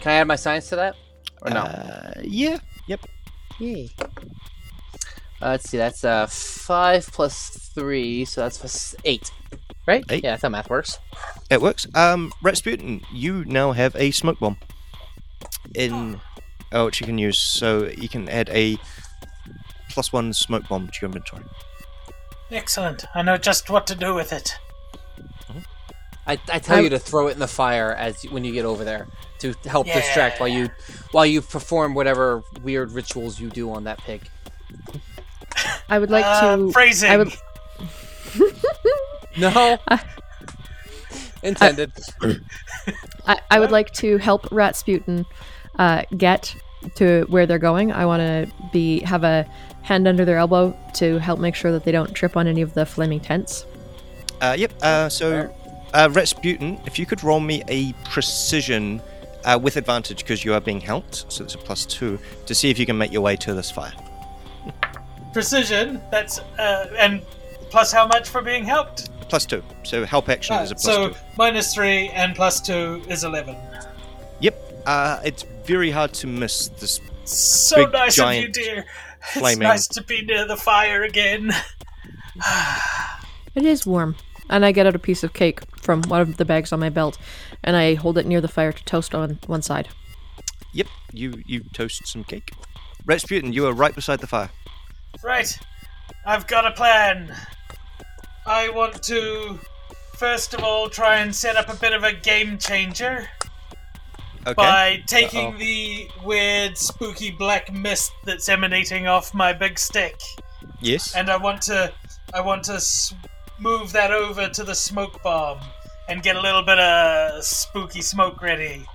Speaker 4: Can I add my science to that? Or no?
Speaker 3: Uh, yeah. Yep.
Speaker 4: Yay. Uh, let's see, that's uh, 5 plus 3, so that's plus 8. Right?
Speaker 3: Eight.
Speaker 4: Yeah, that's how math works.
Speaker 3: It works. Um, Rasputin, you now have a smoke bomb. In oh, which you can use. So you can add a plus one smoke bomb to your inventory.
Speaker 2: Excellent. I know just what to do with it.
Speaker 4: I, I tell
Speaker 5: I-
Speaker 4: you to throw it in the fire as when you get over there to help
Speaker 2: Yeah.
Speaker 4: distract while you while you perform whatever weird rituals you do on that pig.
Speaker 5: I would like
Speaker 2: Uh,
Speaker 5: to.
Speaker 2: phrasing.
Speaker 5: I would,
Speaker 4: No. Intended.
Speaker 5: I, I would like to help Ratsputin uh, get to where they're going. I want to be have a hand under their elbow to help make sure that they don't trip on any of the flaming tents.
Speaker 3: Uh, yep. Uh, so, uh, Rasputin, if you could roll me a precision uh, with advantage because you are being helped, so it's a plus two, to see if you can make your way to this fire.
Speaker 2: Precision. That's uh, and plus how much for being helped?
Speaker 3: Plus two. So help action is a plus
Speaker 2: so
Speaker 3: two.
Speaker 2: minus three and plus two is eleven.
Speaker 3: Yep. Uh, it's very hard to miss this.
Speaker 2: So
Speaker 3: Big
Speaker 2: nice
Speaker 3: giant
Speaker 2: of you, dear. It's
Speaker 3: flaming-
Speaker 2: nice to be near the fire again.
Speaker 5: It is warm, and I get out a piece of cake from one of the bags on my belt, and I hold it near the fire to toast on one side.
Speaker 3: Yep. You you toast some cake. Rasputin, you are right beside the fire.
Speaker 2: Right. I've got a plan. I want to first of all try and set up a bit of a game changer
Speaker 3: Okay.
Speaker 2: by taking
Speaker 3: Uh-oh.
Speaker 2: the weird spooky black mist that's emanating off my big stick
Speaker 3: Yes.
Speaker 2: and I want to I want to s- move that over to the smoke bomb and get a little bit of spooky smoke ready.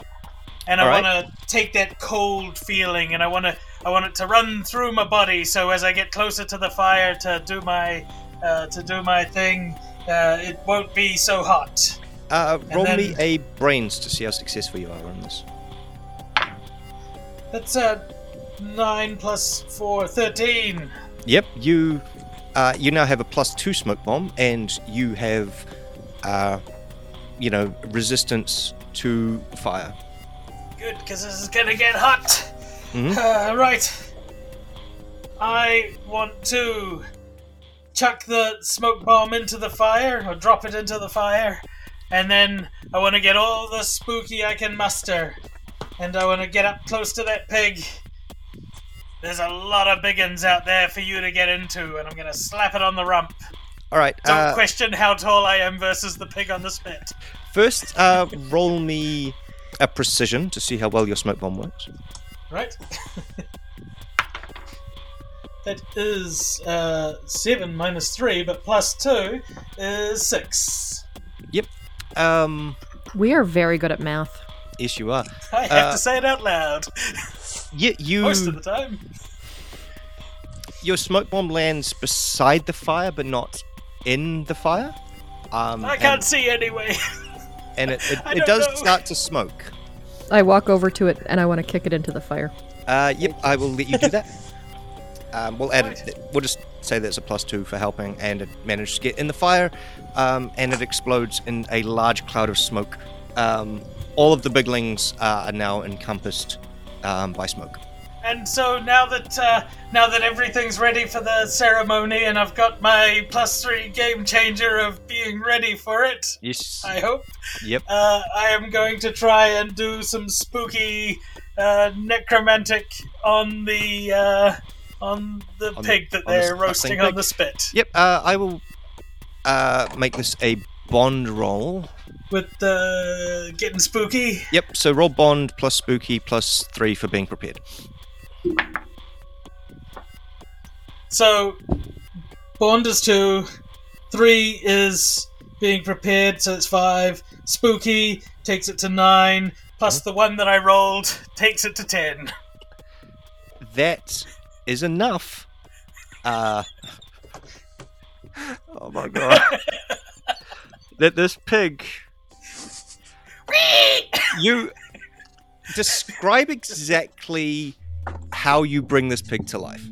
Speaker 2: And I
Speaker 3: All right.
Speaker 2: want to take that cold feeling and I want to I want it to run through my body so as I get closer to the fire to do my uh, to do my thing uh, it won't be so hot.
Speaker 3: Uh, roll
Speaker 2: then-
Speaker 3: me a brains to see how successful you are on this.
Speaker 2: That's uh 9 plus 4 13.
Speaker 3: Yep, you uh, you now have a plus two smoke bomb, and you have uh, you know resistance to fire.
Speaker 2: Good, because this is gonna get hot.
Speaker 3: Mhm.
Speaker 2: Uh, right. I want to chuck the smoke bomb into the fire, or drop it into the fire, and then I want to get all the spooky I can muster, and I want to get up close to that pig. There's a lot of big uns out there for you to get into, and I'm gonna slap it on the rump.
Speaker 3: All right,
Speaker 2: Don't
Speaker 3: uh,
Speaker 2: question how tall I am versus the pig on the spit.
Speaker 3: first uh, roll me a precision to see how well your smoke bomb works.
Speaker 2: Right. that is uh, 7 minus 3, but plus 2 is 6.
Speaker 3: Yep. Um,
Speaker 5: We are very good at math.
Speaker 3: yes, you are.
Speaker 2: I have
Speaker 3: Uh,
Speaker 2: to say it out loud
Speaker 3: You,
Speaker 2: most of
Speaker 3: you
Speaker 2: the time.
Speaker 3: your smoke bomb lands beside the fire, but not in the fire. Um,
Speaker 2: I
Speaker 3: and-
Speaker 2: can't see anyway.
Speaker 3: and it, it,
Speaker 2: I
Speaker 3: it
Speaker 2: don't
Speaker 3: does
Speaker 2: know.
Speaker 3: start to smoke.
Speaker 5: I walk over to it and I want to kick it into the fire.
Speaker 3: Uh, yep, I will let you do that. Um, we'll add. We'll just say that it's a plus two for helping, and it managed to get in the fire, um, and it explodes in a large cloud of smoke. Um, all of the biglings uh, are now encompassed um, by smoke.
Speaker 2: And so now that uh, now that everything's ready for the ceremony, and I've got my plus three game changer of being ready for it,
Speaker 3: Yes.
Speaker 2: I hope.
Speaker 3: Yep.
Speaker 2: Uh, I am going to try and do some spooky uh, necromantic on the uh, on the
Speaker 3: On the-
Speaker 2: pig that
Speaker 3: on the
Speaker 2: they're
Speaker 3: s-
Speaker 2: roasting
Speaker 3: thing
Speaker 2: on
Speaker 3: pig.
Speaker 2: the spit
Speaker 3: Yep. Uh, I will uh, make this a bond roll.
Speaker 2: with the getting spooky.
Speaker 3: Yep. So roll bond plus spooky plus three for being prepared.
Speaker 2: So Bond is two, three is being prepared, so it's five. Spooky takes it to nine, plus the one that I rolled takes it to ten.
Speaker 3: that is enough. Uh, oh my god. that this pig. you describe exactly how you bring this pig to life.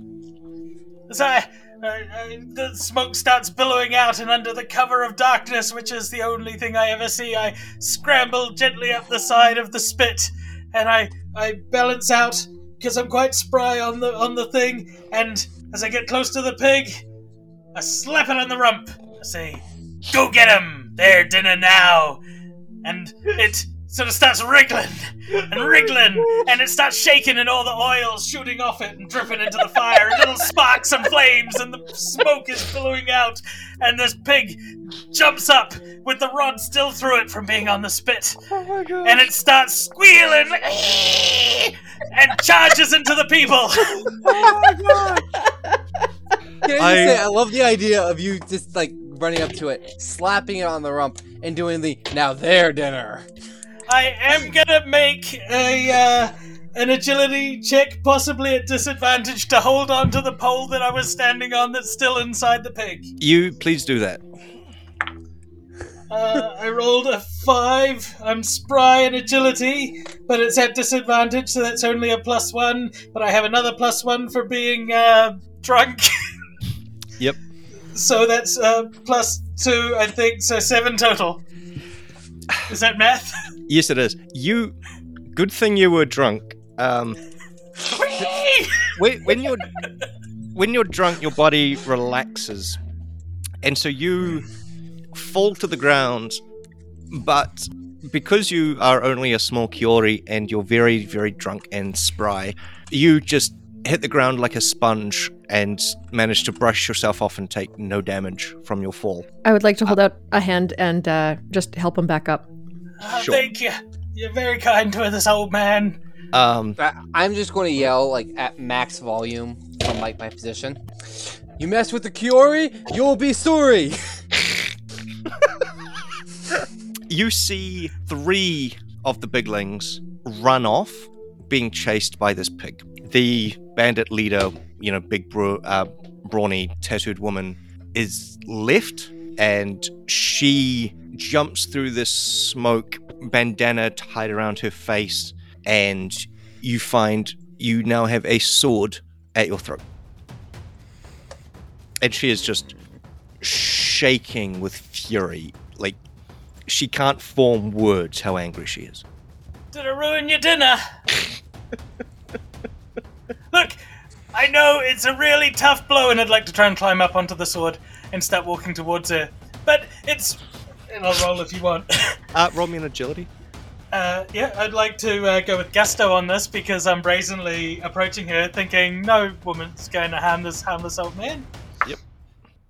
Speaker 2: So I, I, I, the smoke starts billowing out, and under the cover of darkness, which is the only thing I ever see, I scramble gently up the side of the spit, and I I balance out because I'm quite spry on the on the thing. And as I get close to the pig, I slap it on the rump. I say, "Go get him! Their dinner now!" And it sort of starts wriggling and wriggling, and it starts shaking, and all the oil's shooting off it and dripping into the fire, and little sparks and flames, and the smoke is billowing out, and this pig jumps up with the rod still through it from being on the spit, and it starts squealing like, "Eeeeh," and charges into the people.
Speaker 4: Can I just
Speaker 3: I-
Speaker 4: say, I love the idea of you just like running up to it, slapping it on the rump, and doing the now their dinner.
Speaker 2: I am gonna make a uh, an agility check, possibly at disadvantage, to hold on to the pole that I was standing on that's still inside the pig.
Speaker 3: You please do that.
Speaker 2: Uh, I rolled a five. I'm spry and agility, but it's at disadvantage, so that's only a plus one. But I have another plus one for being uh, drunk.
Speaker 3: Yep.
Speaker 2: So that's uh, plus two, I think. So seven total. Is that math?
Speaker 3: Yes, it is. You. Good thing you were drunk. Um, when, when you're when you're drunk, your body relaxes, and so you fall to the ground. But because you are only a small Kiori and you're very very drunk and spry, you just hit the ground like a sponge and manage to brush yourself off and take no damage from your fall.
Speaker 5: I would like to hold out a hand and uh, just help him back up.
Speaker 2: Ah,
Speaker 3: Sure.
Speaker 2: Thank you. You're very kind to this old man.
Speaker 3: Um,
Speaker 4: I- I'm just going to yell like at max volume from like my position. You mess with the Kiori, you'll be sorry.
Speaker 3: you see three of the biglings run off, being chased by this pig. The bandit leader, you know, big, bro- uh, brawny, tattooed woman, is left, and she jumps through this smoke bandana tied around her face, and you find you now have a sword at your throat, and she is just shaking with fury, like she can't form words how angry she is.
Speaker 2: Did I ruin your dinner? Look, I know it's a really tough blow, and I'd like to try and climb up onto the sword and start walking towards her. But it's. And I'll roll if you want.
Speaker 3: Uh, roll me an agility.
Speaker 2: Uh, yeah, I'd like to uh, go with gusto on this because I'm brazenly approaching her, thinking no woman's going to harm this harmless old man.
Speaker 3: Yep.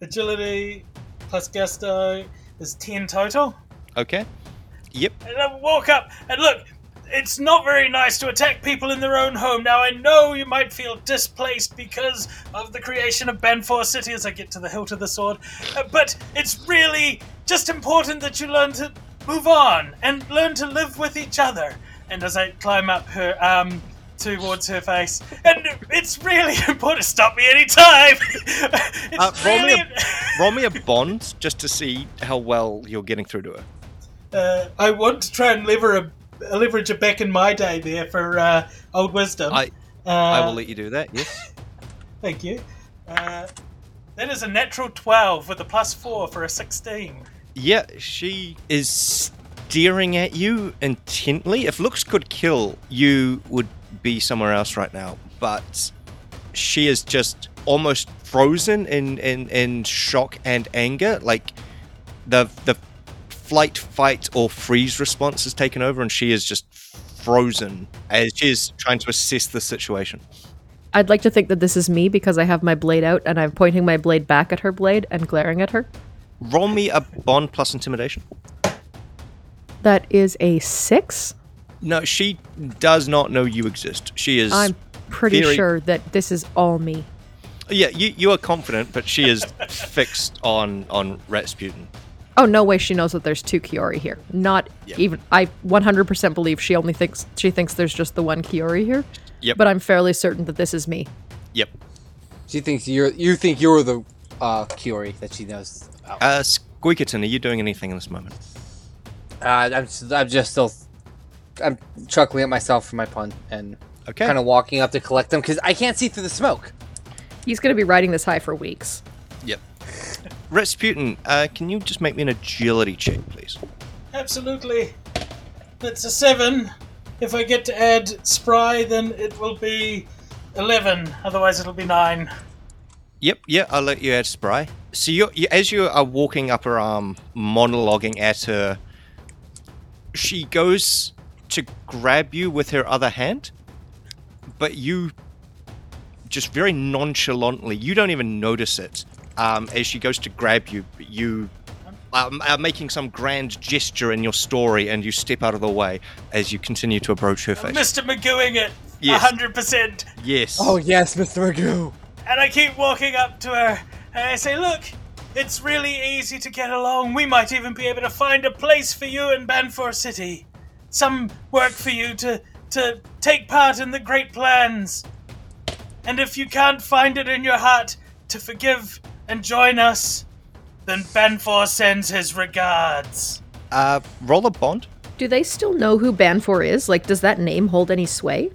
Speaker 2: Agility plus gusto is ten total.
Speaker 3: Okay. Yep.
Speaker 2: And I walk up and look. It's not very nice to attack people in their own home. Now I know you might feel displaced because of the creation of Banfor City as I get to the hilt of the sword, uh, but it's really just important that you learn to move on and learn to live with each other. And as I climb up her arm towards her face, and it's really important. Stop me anytime. it's
Speaker 3: Uh, roll me
Speaker 2: really.
Speaker 3: a- Roll me a bond just to see how well you're getting through to her.
Speaker 2: Uh, I want to try and lever a, leverage a back in my day there for uh, old wisdom.
Speaker 3: I-
Speaker 2: uh,
Speaker 3: I will let you do that. Yes.
Speaker 2: Thank you. Uh, that is a natural 12 with a plus 4 for a 16.
Speaker 3: Yeah, she is staring at you intently. If looks could kill, you would be somewhere else right now. But she is just almost frozen in in, in shock and anger. Like the the flight, fight, or freeze response has taken over, and she is just frozen as she is trying to assess the situation.
Speaker 5: I'd like to think that this is me because I have my blade out and I'm pointing my blade back at her blade and glaring at her.
Speaker 3: Roll me a bond plus intimidation.
Speaker 5: That is a six.
Speaker 3: No, she does not know you exist. She is
Speaker 5: I'm pretty
Speaker 3: very-
Speaker 5: sure that this is all me.
Speaker 3: Yeah, you, you are confident, but she is fixed on on Rasputin.
Speaker 5: Oh no way she knows that there's two Kiori here. Not
Speaker 3: Yeah.
Speaker 5: even I 100% believe she only thinks she thinks there's just the one Kiori here.
Speaker 3: Yep.
Speaker 5: But I'm fairly certain that this is me.
Speaker 3: Yep.
Speaker 4: She thinks you're you think you're the uh Kiori that she knows about. Uh,
Speaker 3: Uh, Squeakerton, are you doing anything in this moment?
Speaker 4: Uh, I'm s- I'm just still I'm chuckling at myself for my pun and
Speaker 3: Okay.
Speaker 4: kind of walking up to collect them because I can't see through the smoke.
Speaker 5: He's going to be riding this high for weeks.
Speaker 3: Yep. Rasputin, uh, can you just make me an agility check, please?
Speaker 2: Absolutely. That's a 7. If I get to add spry, then it will be 11. Otherwise, it'll be 9.
Speaker 3: Yep. Yeah, I'll let you add spry. So you, you as you are walking up her arm, monologuing at her, she goes to grab you with her other hand, but you just very nonchalantly, you don't even notice it. Um, as she goes to grab you, you um, are making some grand gesture in your story, and you step out of the way as you continue to approach her face.
Speaker 2: Mr. Magooing it!
Speaker 3: Yes.
Speaker 2: 100%.
Speaker 3: Oh, Yes.
Speaker 4: yes, Mr. Magoo.
Speaker 2: And I keep walking up to her and I say, Look, it's really easy to get along. We might even be able to find a place for you in Banfor City. Some work for you to, to take part in the great plans. And if you can't find it in your heart to forgive and join us, then Banfor sends his regards.
Speaker 3: Uh, roll a bond.
Speaker 5: Do they still know who Banfor is? Like does that name hold any sway?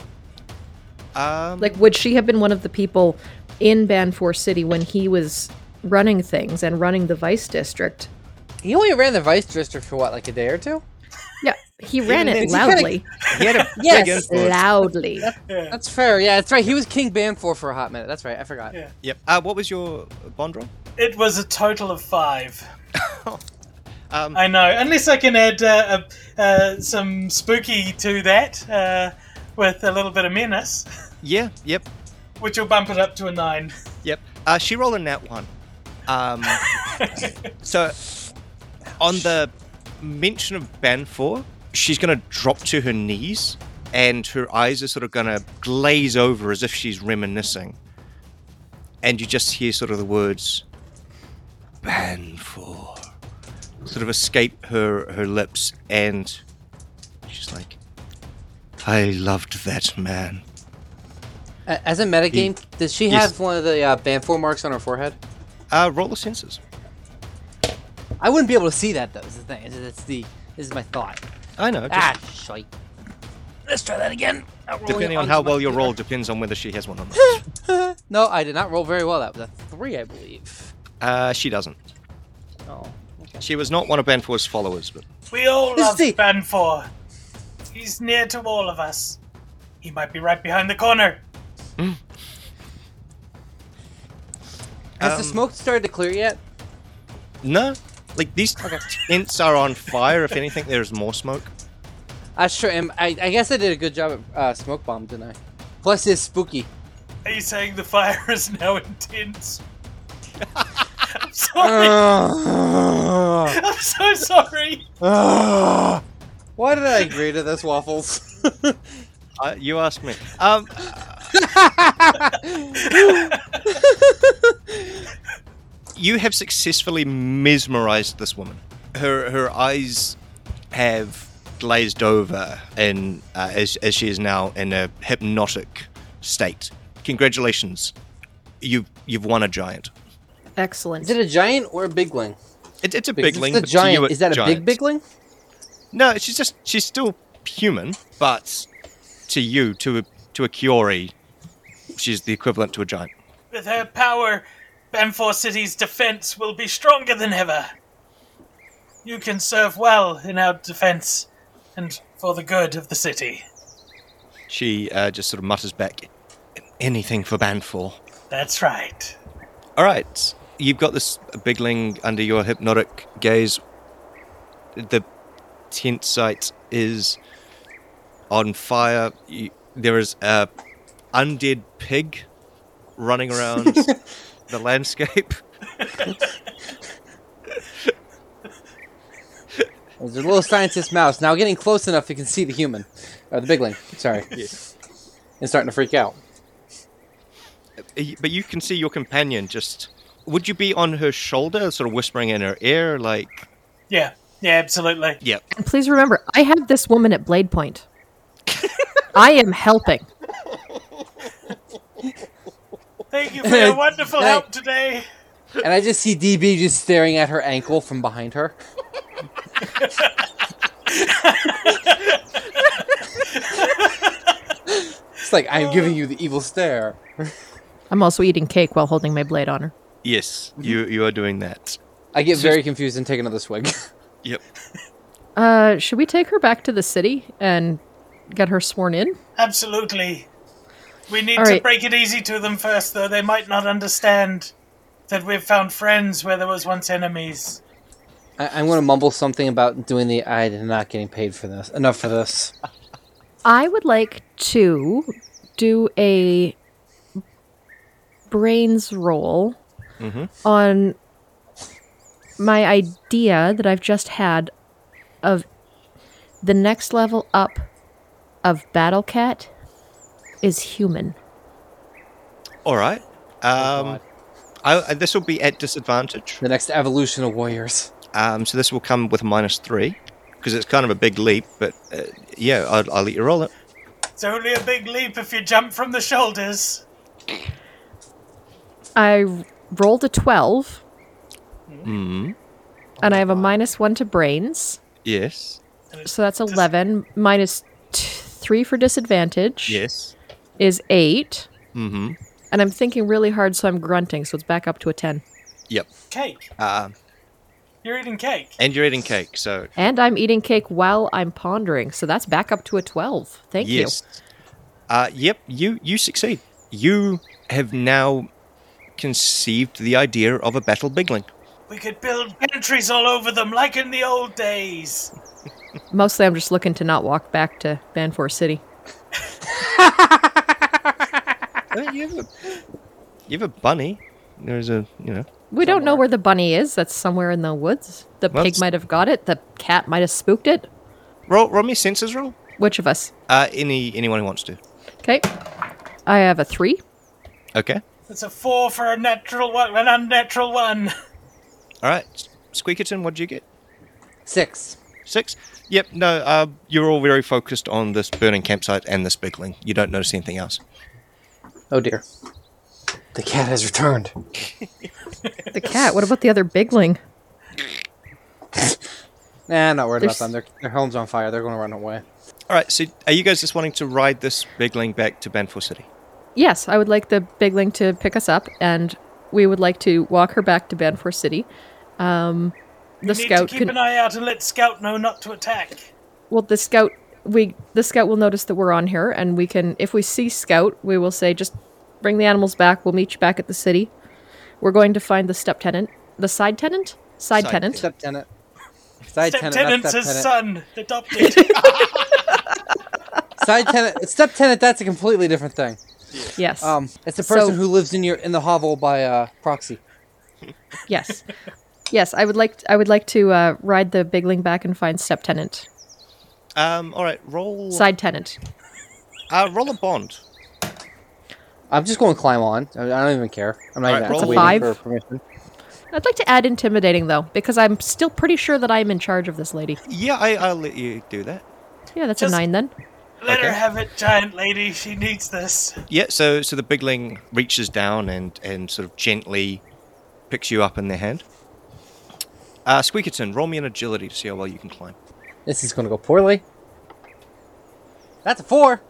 Speaker 3: Um,
Speaker 5: Like would she have been one of the people in Banfor City when he was running things and running the vice district?
Speaker 4: He only ran the vice district for what, like a day or two?
Speaker 5: Yeah, he ran
Speaker 3: then-
Speaker 5: it
Speaker 3: It's
Speaker 4: kinda-
Speaker 5: loudly.
Speaker 3: he had a big
Speaker 4: Yes,
Speaker 3: influence.
Speaker 5: Loudly.
Speaker 4: That's fair. Yeah, that's right. He was King Banfor for a hot minute. That's right. I forgot.
Speaker 2: Yeah.
Speaker 3: Yep. Uh, what was your bond roll?
Speaker 2: It was a total of five.
Speaker 3: Um,
Speaker 2: I know, unless I can add uh, a, uh, some spooky to that uh, with a little bit of menace.
Speaker 3: Yeah, yep,
Speaker 2: which will bump it up to a nine.
Speaker 3: yep. Uh, she rolled a nat one. Um, so, on the mention of Banfor, she's going to drop to her knees and her eyes are sort of going to glaze over as if she's reminiscing. And you just hear sort of the words Banfor sort of escape her, her lips. And she's like, I loved that man.
Speaker 4: A- As a metagame, does she
Speaker 3: Yes.
Speaker 4: have one of the uh, Banfor marks on her forehead?
Speaker 3: Uh, roll the senses.
Speaker 4: I wouldn't be able to see that though. Is the thing. Is- That's the. This is my thought.
Speaker 3: I know. just-
Speaker 4: Ah, shite. Let's try that again. I'm rolling
Speaker 3: Depending on how
Speaker 4: onto my
Speaker 3: well you
Speaker 4: computer.
Speaker 3: roll, depends on whether she has one or not.
Speaker 4: No, I did not roll very well. That was a three, I believe.
Speaker 3: Uh, she doesn't.
Speaker 4: Oh, okay.
Speaker 3: She was not one of Banfor's followers, but
Speaker 2: We all
Speaker 4: This
Speaker 2: love
Speaker 4: is the-
Speaker 2: Banfor. He's near to all of us. He might be right behind the corner.
Speaker 4: Has
Speaker 3: Um,
Speaker 4: the smoke started to clear yet?
Speaker 3: no. Like these tents are on fire. If anything, there is more smoke.
Speaker 4: I sure am. I, I guess I did a good job at uh, smoke bomb, didn't I? Plus, it's spooky.
Speaker 2: Are you saying the fire is now intense? I'm sorry.
Speaker 4: Uh. Ugh.
Speaker 2: I'm so sorry.
Speaker 4: Ugh. Why did I agree to this, waffles?
Speaker 3: Uh, you ask me. Um, you have successfully mesmerized this woman. Her her eyes have glazed over, and uh, as as she is now in a hypnotic state. Congratulations, you you've won a giant.
Speaker 5: Excellent.
Speaker 4: is it a giant or a bigling?
Speaker 3: It, it's a
Speaker 4: Because
Speaker 3: bigling.
Speaker 4: It's
Speaker 3: but
Speaker 4: a
Speaker 3: to you
Speaker 4: giant.
Speaker 3: it-
Speaker 4: Is that a
Speaker 3: giant.
Speaker 4: big bigling?
Speaker 3: No, she's just she's still human, but to you, to a to a Kiori, she's the equivalent to a giant.
Speaker 2: With her power, Banfor City's defense will be stronger than ever. You can serve well in our defense and for the good of the city.
Speaker 3: She uh, just sort of mutters back, "Anything for Banfor."
Speaker 2: That's right.
Speaker 3: All right, you've got this bigling under your hypnotic gaze. The tent site is on fire. You, there is a undead pig running around the landscape.
Speaker 4: There's a little scientist mouse now getting close enough you can see the human, or the bigling. Sorry, and starting to freak out.
Speaker 3: But you can see your companion just. Would you be on her shoulder, sort of whispering in her ear, like,
Speaker 2: Yeah, yeah, absolutely.
Speaker 3: "Yep,
Speaker 5: And please remember, I have this woman at blade point. I am helping.
Speaker 2: Thank you for your wonderful help today.
Speaker 4: And I just see DB just staring at her ankle from behind her. it's like I am giving you the evil stare.
Speaker 5: I'm also eating cake while holding my blade on her.
Speaker 3: yes, you you are doing that."
Speaker 4: I get very confused and take another swig.
Speaker 3: Yep.
Speaker 5: Uh, should we take her back to the city and get her sworn in?
Speaker 2: Absolutely. We need
Speaker 5: All
Speaker 2: to
Speaker 5: right.
Speaker 2: break it easy to them first, though. They might not understand that we've found friends where there was once enemies.
Speaker 4: I- I'm going to mumble something about doing the I did not getting paid for this enough for this.
Speaker 5: I would like to do a brains roll on my idea that I've just had of the next level up of Battle Cat is human.
Speaker 3: All right. Um, I, I- this will be at disadvantage.
Speaker 4: The next evolution of warriors.
Speaker 3: Um, so this will come with a minus three because it's kind of a big leap. But uh, yeah, I'll, I'll let you roll it.
Speaker 2: It's only a big leap if you jump from the shoulders.
Speaker 5: I r- rolled a 12. And I have a minus 1 to brains.
Speaker 3: Yes.
Speaker 5: So that's 11. Minus t- 3 for disadvantage
Speaker 3: Yes.
Speaker 5: is 8. Mm-hmm. And I'm thinking really hard, so I'm grunting, so it's back up to a 10.
Speaker 3: Yep.
Speaker 2: Cake.
Speaker 3: Um,
Speaker 2: You're eating cake.
Speaker 3: and you're eating cake, so
Speaker 5: And I'm eating cake while I'm pondering, so that's back up to a 12. Thank
Speaker 3: yes. Uh, yep. You you succeed. You have now conceived the idea of a battle bigling.
Speaker 2: We could build pantries all over them like in the old days.
Speaker 5: you. Mostly I'm just looking to not walk back to Banfor City.
Speaker 3: Uh, you have a you have a bunny. There's a you know.
Speaker 5: We don't know where the bunny is. That's somewhere in the woods. The
Speaker 3: Well,
Speaker 5: pig
Speaker 3: it's-
Speaker 5: might have got it. The cat might have spooked it.
Speaker 3: Roll roll me a senses roll.
Speaker 5: Which of us?
Speaker 3: Uh, any anyone who wants to.
Speaker 5: Okay. I have a three.
Speaker 3: Okay.
Speaker 2: That's a four for a natural one, an unnatural one.
Speaker 3: All right. Squeakerton, what did you get?
Speaker 4: Six.
Speaker 3: Six. Yep. No. Uh, you're all very focused on this burning campsite and this bigling. You don't notice anything else.
Speaker 4: Oh dear. The cat has returned.
Speaker 5: The cat. What about the other bigling?
Speaker 4: Nah, not worried
Speaker 5: There's-
Speaker 4: about them. Their, their home's on fire. They're going to run away.
Speaker 3: All right. So, are you guys just wanting to ride this bigling back to Banfor City?
Speaker 5: Yes, I would like the bigling to pick us up, and we would like to walk her back to Banfor City. Um, the
Speaker 2: Need
Speaker 5: scout
Speaker 2: to keep
Speaker 5: can.
Speaker 2: an eye out and let Scout know not to attack.
Speaker 5: well, the scout. We the scout will notice that we're on here, and we can. If we see scout, we will say, "Just bring the animals back. We'll meet you back at the city. We're going to find the step tenant, the side tenant, side,
Speaker 3: Side
Speaker 5: tenant.
Speaker 4: Step tenant. Side
Speaker 2: Step
Speaker 4: tenant.
Speaker 2: tenant's
Speaker 4: Tenant's
Speaker 2: his
Speaker 4: step tenant.
Speaker 2: son, adopted.
Speaker 4: Side tenant. Step tenant. That's a completely different thing.
Speaker 5: Yes.
Speaker 4: Um, it's the
Speaker 5: So-
Speaker 4: person who lives in your in the hovel by uh, proxy.
Speaker 5: Yes. Yes, I would like I would like to uh, ride the bigling back and find step tenant,
Speaker 3: Um. All right. Roll.
Speaker 5: side tenant.
Speaker 3: Uh, roll a bond.
Speaker 4: I'm just going to climb on. I, I don't even care. I'm not
Speaker 3: Alright,
Speaker 4: even
Speaker 3: roll
Speaker 4: waiting
Speaker 5: a five.
Speaker 4: for permission.
Speaker 5: I'd like to add intimidating though, because I'm still pretty sure that I am in charge of this lady.
Speaker 3: Yeah, I, I'll let you do that.
Speaker 5: Yeah, that's
Speaker 2: Just-
Speaker 5: a nine then.
Speaker 2: let her
Speaker 3: Okay.
Speaker 2: have it, giant lady. She needs this.
Speaker 3: Yeah. So, so the bigling reaches down and and sort of gently picks you up in their hand. Uh, Squeakerton, roll me an agility to see how well you can climb.
Speaker 4: This is gonna go poorly. That's a four.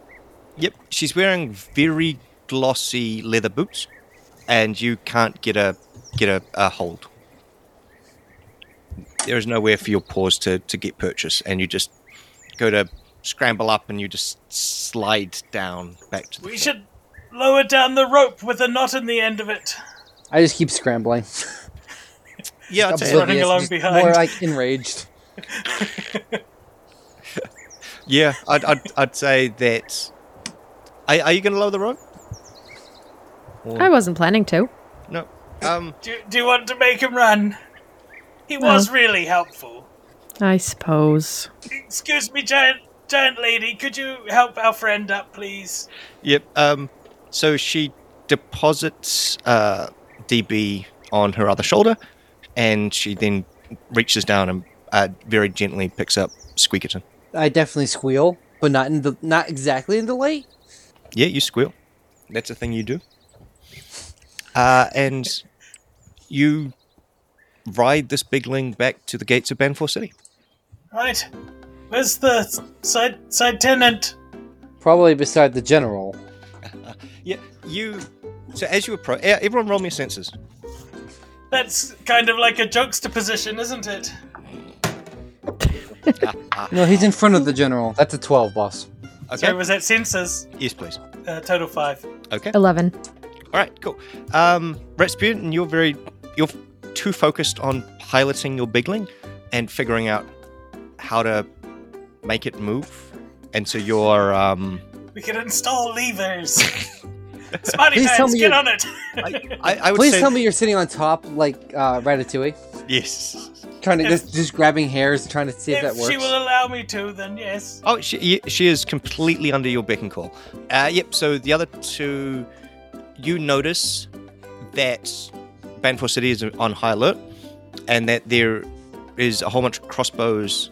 Speaker 3: Yep, she's wearing very glossy leather boots, and you can't get a get a, a hold. There is nowhere for your paws to, to get purchase, and you just go to scramble up, and you just slide down back to the.
Speaker 2: We
Speaker 3: floor.
Speaker 2: should lower down the rope with a knot in the end of it.
Speaker 4: I just keep scrambling.
Speaker 3: yeah, I'd say
Speaker 4: Oblivious,
Speaker 3: that-
Speaker 2: running along
Speaker 4: just
Speaker 2: behind.
Speaker 4: More like enraged.
Speaker 3: yeah. I'd, I'd I'd say that. Are, are you going to lower the rope? Or-
Speaker 5: I wasn't planning to.
Speaker 3: no. Um,
Speaker 2: Do, do you want to make him run? He was really helpful.
Speaker 5: I suppose.
Speaker 2: Excuse me, giant giant lady, could you help our friend up, please?
Speaker 3: Yep. Um, so she deposits uh, DB on her other shoulder, and she then reaches down and uh, very gently picks up Squeakerton.
Speaker 4: I definitely squeal, but not in the not exactly in the light.
Speaker 3: Yeah, you squeal. That's a thing you do. Uh, and you ride this bigling back to the gates of Banfor City.
Speaker 2: Right. Where's the s- side side tenant?
Speaker 4: Probably beside the general.
Speaker 3: Yeah, you. So as you approach, everyone roll me senses.
Speaker 2: That's kind of like a jokester position, isn't it? Ah.
Speaker 4: No, he's in front of the general. That's a twelve, boss.
Speaker 3: Okay.
Speaker 2: Sorry, was that senses?
Speaker 3: yes, please.
Speaker 2: Uh, total five.
Speaker 3: Okay.
Speaker 5: 11.
Speaker 3: All right, cool. Um, Rasputin, you're very, you're too focused on piloting your bigling and figuring out how to make it move, and so you're. Um,
Speaker 2: We can install levers. Smarty
Speaker 4: Please tell
Speaker 2: pants,
Speaker 4: me
Speaker 2: get
Speaker 4: you-
Speaker 2: on it.
Speaker 3: I, I, I would
Speaker 4: Please
Speaker 3: say
Speaker 4: tell me you're sitting on top like uh, Ratatouille,
Speaker 3: yes.
Speaker 4: trying to just, just grabbing hairs, trying to see if,
Speaker 2: if
Speaker 4: that works.
Speaker 2: she will allow me to, then yes.
Speaker 3: Oh, she ye- she is completely under your beck and call. Uh, yep. So the other two, you notice that Banfor City is on high alert, and that there is a whole bunch of crossbows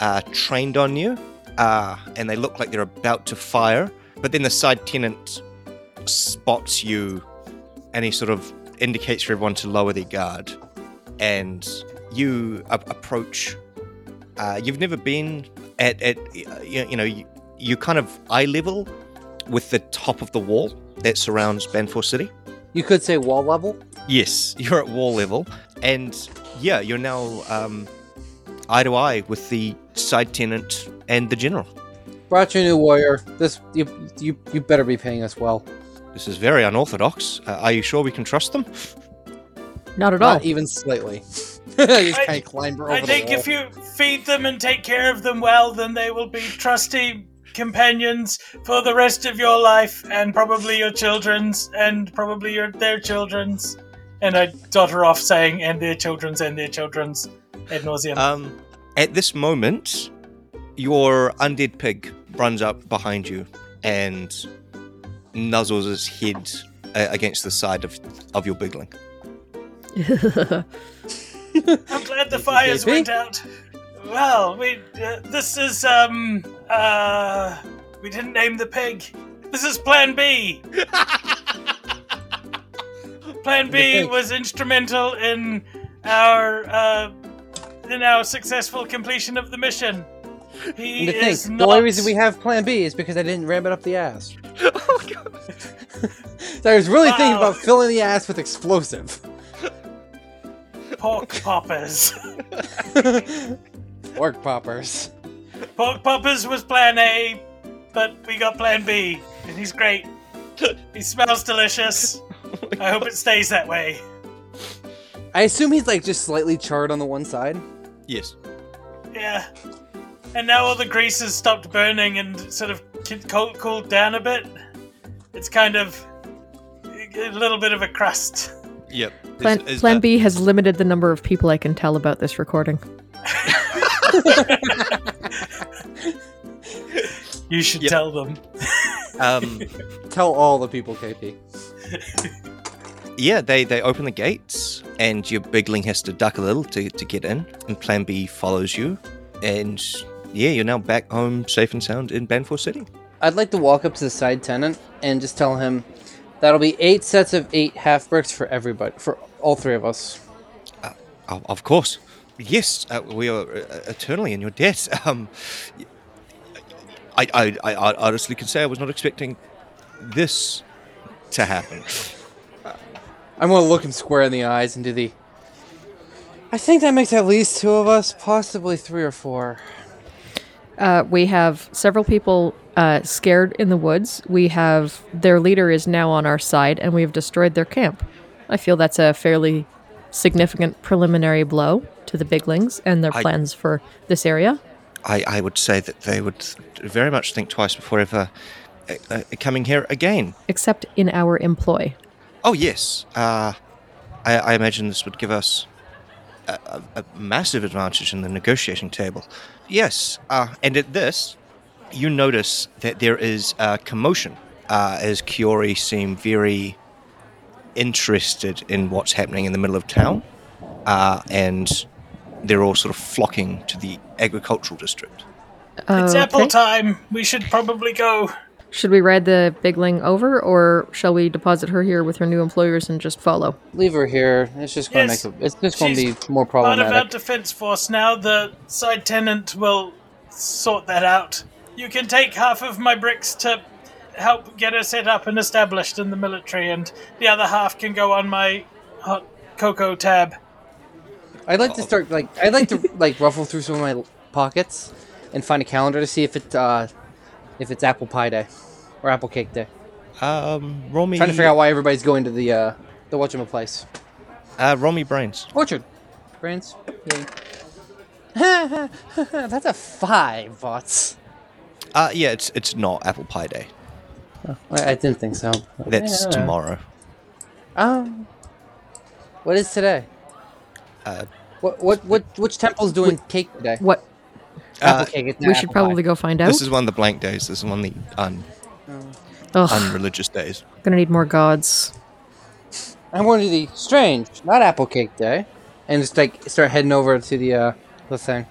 Speaker 3: uh, trained on you, uh, and they look like they're about to fire. But then the side tenant spots you, and he sort of indicates for everyone to lower their guard, and you a- approach uh, you've never been at, at uh, you, you know you, you kind of eye level with the top of the wall that surrounds Banfor City.
Speaker 4: You could say wall level.
Speaker 3: Yes, you're at wall level, and yeah, you're now um, eye to eye with the side tenant and the general.
Speaker 4: Brought you a new warrior. This you you you better be paying us well.
Speaker 3: This is very unorthodox. Uh, are you sure we can trust them?
Speaker 5: Not at all.
Speaker 4: Not even slightly. just
Speaker 2: I-
Speaker 4: kind of climb over
Speaker 2: I
Speaker 4: the
Speaker 2: think
Speaker 4: wall.
Speaker 2: if you feed them and take care of them well, then they will be trusty companions for the rest of your life, and probably your children's, and probably your their children's. And I dot her off saying, "And their children's, and their children's," ad nauseum.
Speaker 3: Um, at this moment, your undead pig runs up behind you and nuzzles his head uh, against the side of, of your bigling.
Speaker 2: I'm glad the fires
Speaker 4: JP?
Speaker 2: went out. Well, we uh, this is um uh we didn't name the pig. This is Plan B. plan B
Speaker 4: pig.
Speaker 2: was instrumental in our uh, in our successful completion of the mission. He
Speaker 4: And to
Speaker 2: is
Speaker 4: think,
Speaker 2: not.
Speaker 4: the only reason we have Plan B is because I didn't ram it up the ass. so I was really thinking
Speaker 2: Wow.
Speaker 4: about filling the ass with explosive.
Speaker 2: pork poppers.
Speaker 4: Pork poppers.
Speaker 2: pork poppers was Plan A, but we got Plan B, and he's great. he smells delicious. I hope it stays that way.
Speaker 4: I assume he's like just slightly charred on the one side.
Speaker 3: Yes.
Speaker 2: Yeah. And now all the grease has stopped burning and sort of ki- cool- cooled down a bit. It's kind of a little bit of a crust.
Speaker 3: Yep.
Speaker 5: Plan, plan B has limited the number of people I can tell about this recording.
Speaker 2: You should
Speaker 3: Yep.
Speaker 2: tell them.
Speaker 3: Um,
Speaker 4: Tell all the people, KP.
Speaker 3: yeah, they, they open the gates and your bigling has to duck a little to, to get in, and Plan B follows you. And yeah, you're now back home safe and sound in Banfor City.
Speaker 4: I'd like to walk up to the side tenant and just tell him that'll be eight sets of eight half bricks for everybody, for all three of us.
Speaker 3: Of, of course. yes, uh, we are uh, eternally in your debt. Um, I, I, I I honestly can say I was not expecting this to happen.
Speaker 4: I'm gonna look him square in the eyes and do the. I think that makes at least two of us, possibly three or four.
Speaker 5: Uh, we have several people uh, scared in the woods. We have their leader is now on our side, and we have destroyed their camp. I feel that's a fairly significant preliminary blow to the Biglings and their
Speaker 3: I-
Speaker 5: plans for this area.
Speaker 3: I, I would say that they would very much think twice before ever uh, uh, coming here again.
Speaker 5: Except in our employ.
Speaker 3: Oh yes, uh, I, I imagine this would give us a, a, a massive advantage in the negotiating table. Yes, uh, and at this, you notice that there is a commotion uh, as Kiori seem very interested in what's happening in the middle of town, uh, and they're all sort of flocking to the agricultural district.
Speaker 2: It's
Speaker 5: Okay.
Speaker 2: apple time. We should probably go.
Speaker 5: Should we ride the Bigling over, or shall we deposit her here with her new employers and just follow?
Speaker 4: Leave her here. It's just gonna
Speaker 2: Yes,
Speaker 4: make a, it's just gonna be
Speaker 2: she's
Speaker 4: more
Speaker 2: Part of our
Speaker 4: problematic.
Speaker 2: defense force now. The side tenant will sort that out. You can take half of my bricks to help get her set up and established in the military, and the other half can go on my hot cocoa tab.
Speaker 4: I'd like to start like I'd like to like ruffle through some of my pockets and find a calendar to see if it uh if it's apple pie day or apple cake day.
Speaker 3: Um, Romy,
Speaker 4: Trying to figure out why everybody's going to the uh the whatchamacallit place.
Speaker 3: uh, Romy brains.
Speaker 4: Orchard. Brands. Yay. That's a five, Vots.
Speaker 3: Uh, yeah, it's it's not apple pie day.
Speaker 4: I, I didn't think so.
Speaker 3: That's
Speaker 4: Yeah.
Speaker 3: tomorrow.
Speaker 4: Um, what is today?
Speaker 3: Uh,
Speaker 4: What what what Uh, which temple's doing cake today?
Speaker 5: What
Speaker 4: Apple cake. It's not
Speaker 5: we should
Speaker 4: apple pie.
Speaker 5: probably go find out.
Speaker 3: This is one of the blank days. This is one of the un,
Speaker 5: Ugh,
Speaker 3: unreligious days.
Speaker 5: gonna need more gods.
Speaker 4: I'm going to the strange, not apple cake day, and just like start heading over to the uh the thing,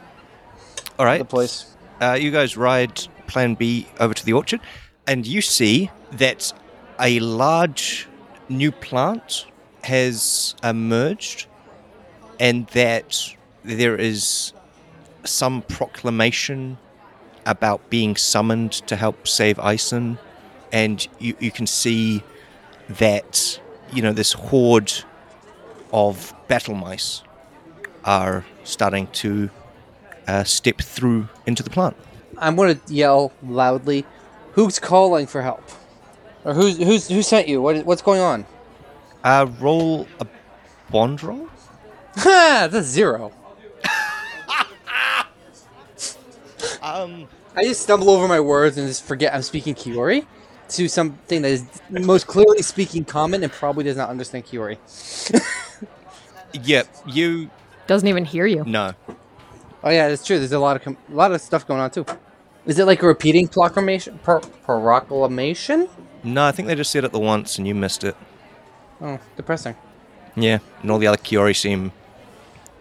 Speaker 3: All right.
Speaker 4: the place.
Speaker 3: Uh, you guys ride Plan B over to the orchard, and you see that a large new plant has emerged, and that there is some proclamation about being summoned to help save Ison, and you, you can see that you know this horde of battle mice are starting to uh, step through into the plant.
Speaker 4: I'm going to yell loudly, "Who's calling for help? Or who's who's who sent you? What is, what's going on?"
Speaker 3: Uh, roll a bond roll.
Speaker 4: Ha! That's zero.
Speaker 3: Um,
Speaker 4: I just stumble over my words and just forget I'm speaking Kiori to something that is most clearly speaking common and probably does not understand Kiori.
Speaker 3: yeah, you
Speaker 5: Doesn't even hear you.
Speaker 3: no.
Speaker 4: Oh yeah, that's true. There's a lot of com- a lot of stuff going on too. Is it like a repeating proclamation? Pro- proclamation?
Speaker 3: No, I think they just said it the once and you missed it.
Speaker 4: Oh, depressing.
Speaker 3: Yeah, and all the other Kiori seem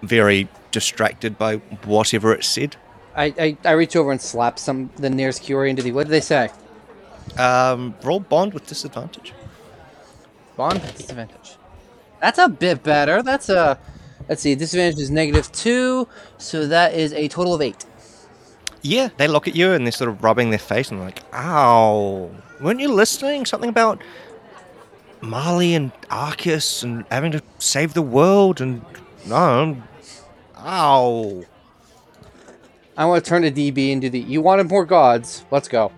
Speaker 3: very distracted by whatever it said.
Speaker 4: I, I, I reach over and slap some the nearest Kiori into the. What did they say?
Speaker 3: Um, roll bond with disadvantage.
Speaker 4: Bond disadvantage. That's a bit better. That's a. Let's see. Disadvantage is negative two, so that is a total of eight.
Speaker 3: Yeah, they look at you and they're sort of rubbing their face and like, ow, weren't you listening? Something about Mali and Arcus and having to save the world and no, ow.
Speaker 4: I want to turn to DB and do the. You wanted more gods. Let's go.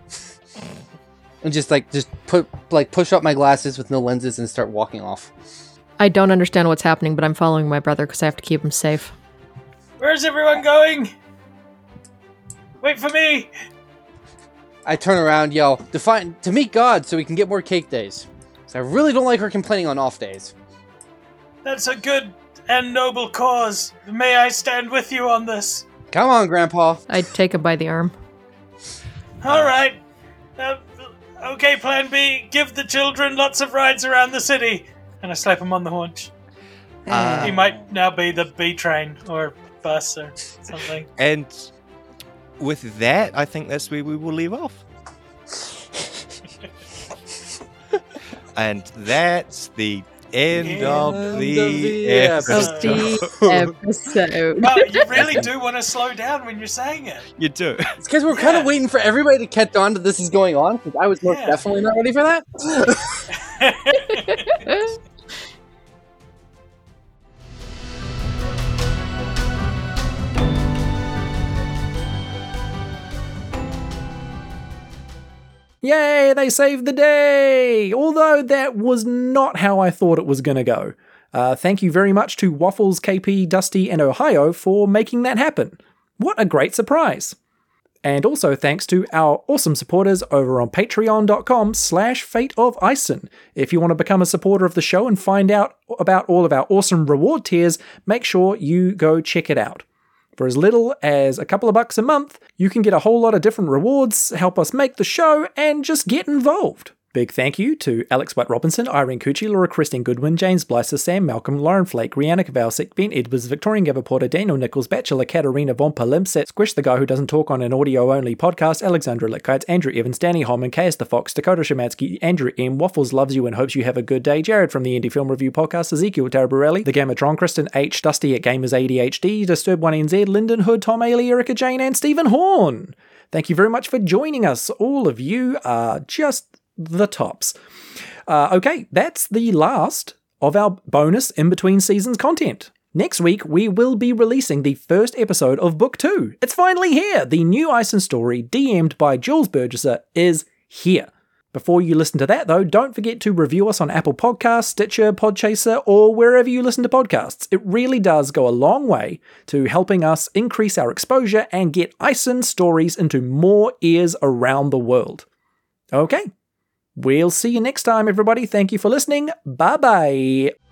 Speaker 4: And just like just put like push up my glasses with no lenses and start walking off.
Speaker 5: I don't understand what's happening, but I'm following my brother because I have to keep him safe.
Speaker 2: Where's everyone going? Wait for me!
Speaker 4: I turn around, yell, "Define to meet God, so we can get more cake days." So I really don't like her complaining on off days.
Speaker 2: That's a good and noble cause. May I stand with you on this?
Speaker 4: Come on, Grandpa.
Speaker 5: I'd take him by the arm.
Speaker 2: All right. Uh, okay, Plan B. Give the children lots of rides around the city, and I slap him on the haunch.
Speaker 3: Uh,
Speaker 2: he might now be the B train or bus or something.
Speaker 3: And with that, I think that's where we will leave off. and that's the End, of,
Speaker 4: End of
Speaker 3: the,
Speaker 4: the
Speaker 3: episode.
Speaker 5: Of the episode.
Speaker 2: Wow, you really do want to slow down when you're saying it.
Speaker 3: You do.
Speaker 4: It's because we're kind
Speaker 2: Yeah.
Speaker 4: of waiting for everybody to catch on to this is going on. Because I was most
Speaker 2: Yeah.
Speaker 4: definitely not ready for that.
Speaker 1: Yay, they saved the day! Although that was not how I thought it was going to go. Uh, thank you very much to Waffles, KP, Dusty, and Ohio for making that happen. What a great surprise! And also thanks to our awesome supporters over on patreon.com slash fate of Ison. If you want to become a supporter of the show and find out about all of our awesome reward tiers, make sure you go check it out. For as little as a couple of bucks a month, you can get a whole lot of different rewards, help us make the show, and just get involved. Big thank you to Alex White Robinson, Irene Cucci, Laura Christine Goodwin, James Blyser, Sam Malcolm, Lauren Flake, Rihanna Kavalsik, Ben Edwards, Victorian Gabba Porter, Daniel Nichols, Bachelor Katerina Von Palimpsest, Squish the Guy Who Doesn't Talk on an Audio Only podcast, Alexandra Litkites, Andrew Evans, Danny Holman, KS the Fox, Dakota Shemansky, Andrew M, Waffles Loves You and Hopes You Have a Good Day, Jared from the Indie Film Review Podcast, Ezekiel Tarabarelli, The Gamatron, Kristen H, Dusty at Gamers ADHD, Disturb1NZ, Lyndon Hood, Tom Ailey, Erica Jane, and Stephen Horn. Thank you very much for joining us. All of you are just the tops. Uh, okay, that's the last of our bonus in between seasons content. Next week, we will be releasing the first episode of Book 2. It's finally here! The new Ison story, DM'd by Jules Burgesser, is here. Before you listen to that, though, don't forget to review us on Apple Podcasts, Stitcher, Podchaser, or wherever you listen to podcasts. It really does go a long way to helping us increase our exposure and get Ison stories into more ears around the world. Okay, We'll see you next time, everybody. Thank you for listening. Bye bye.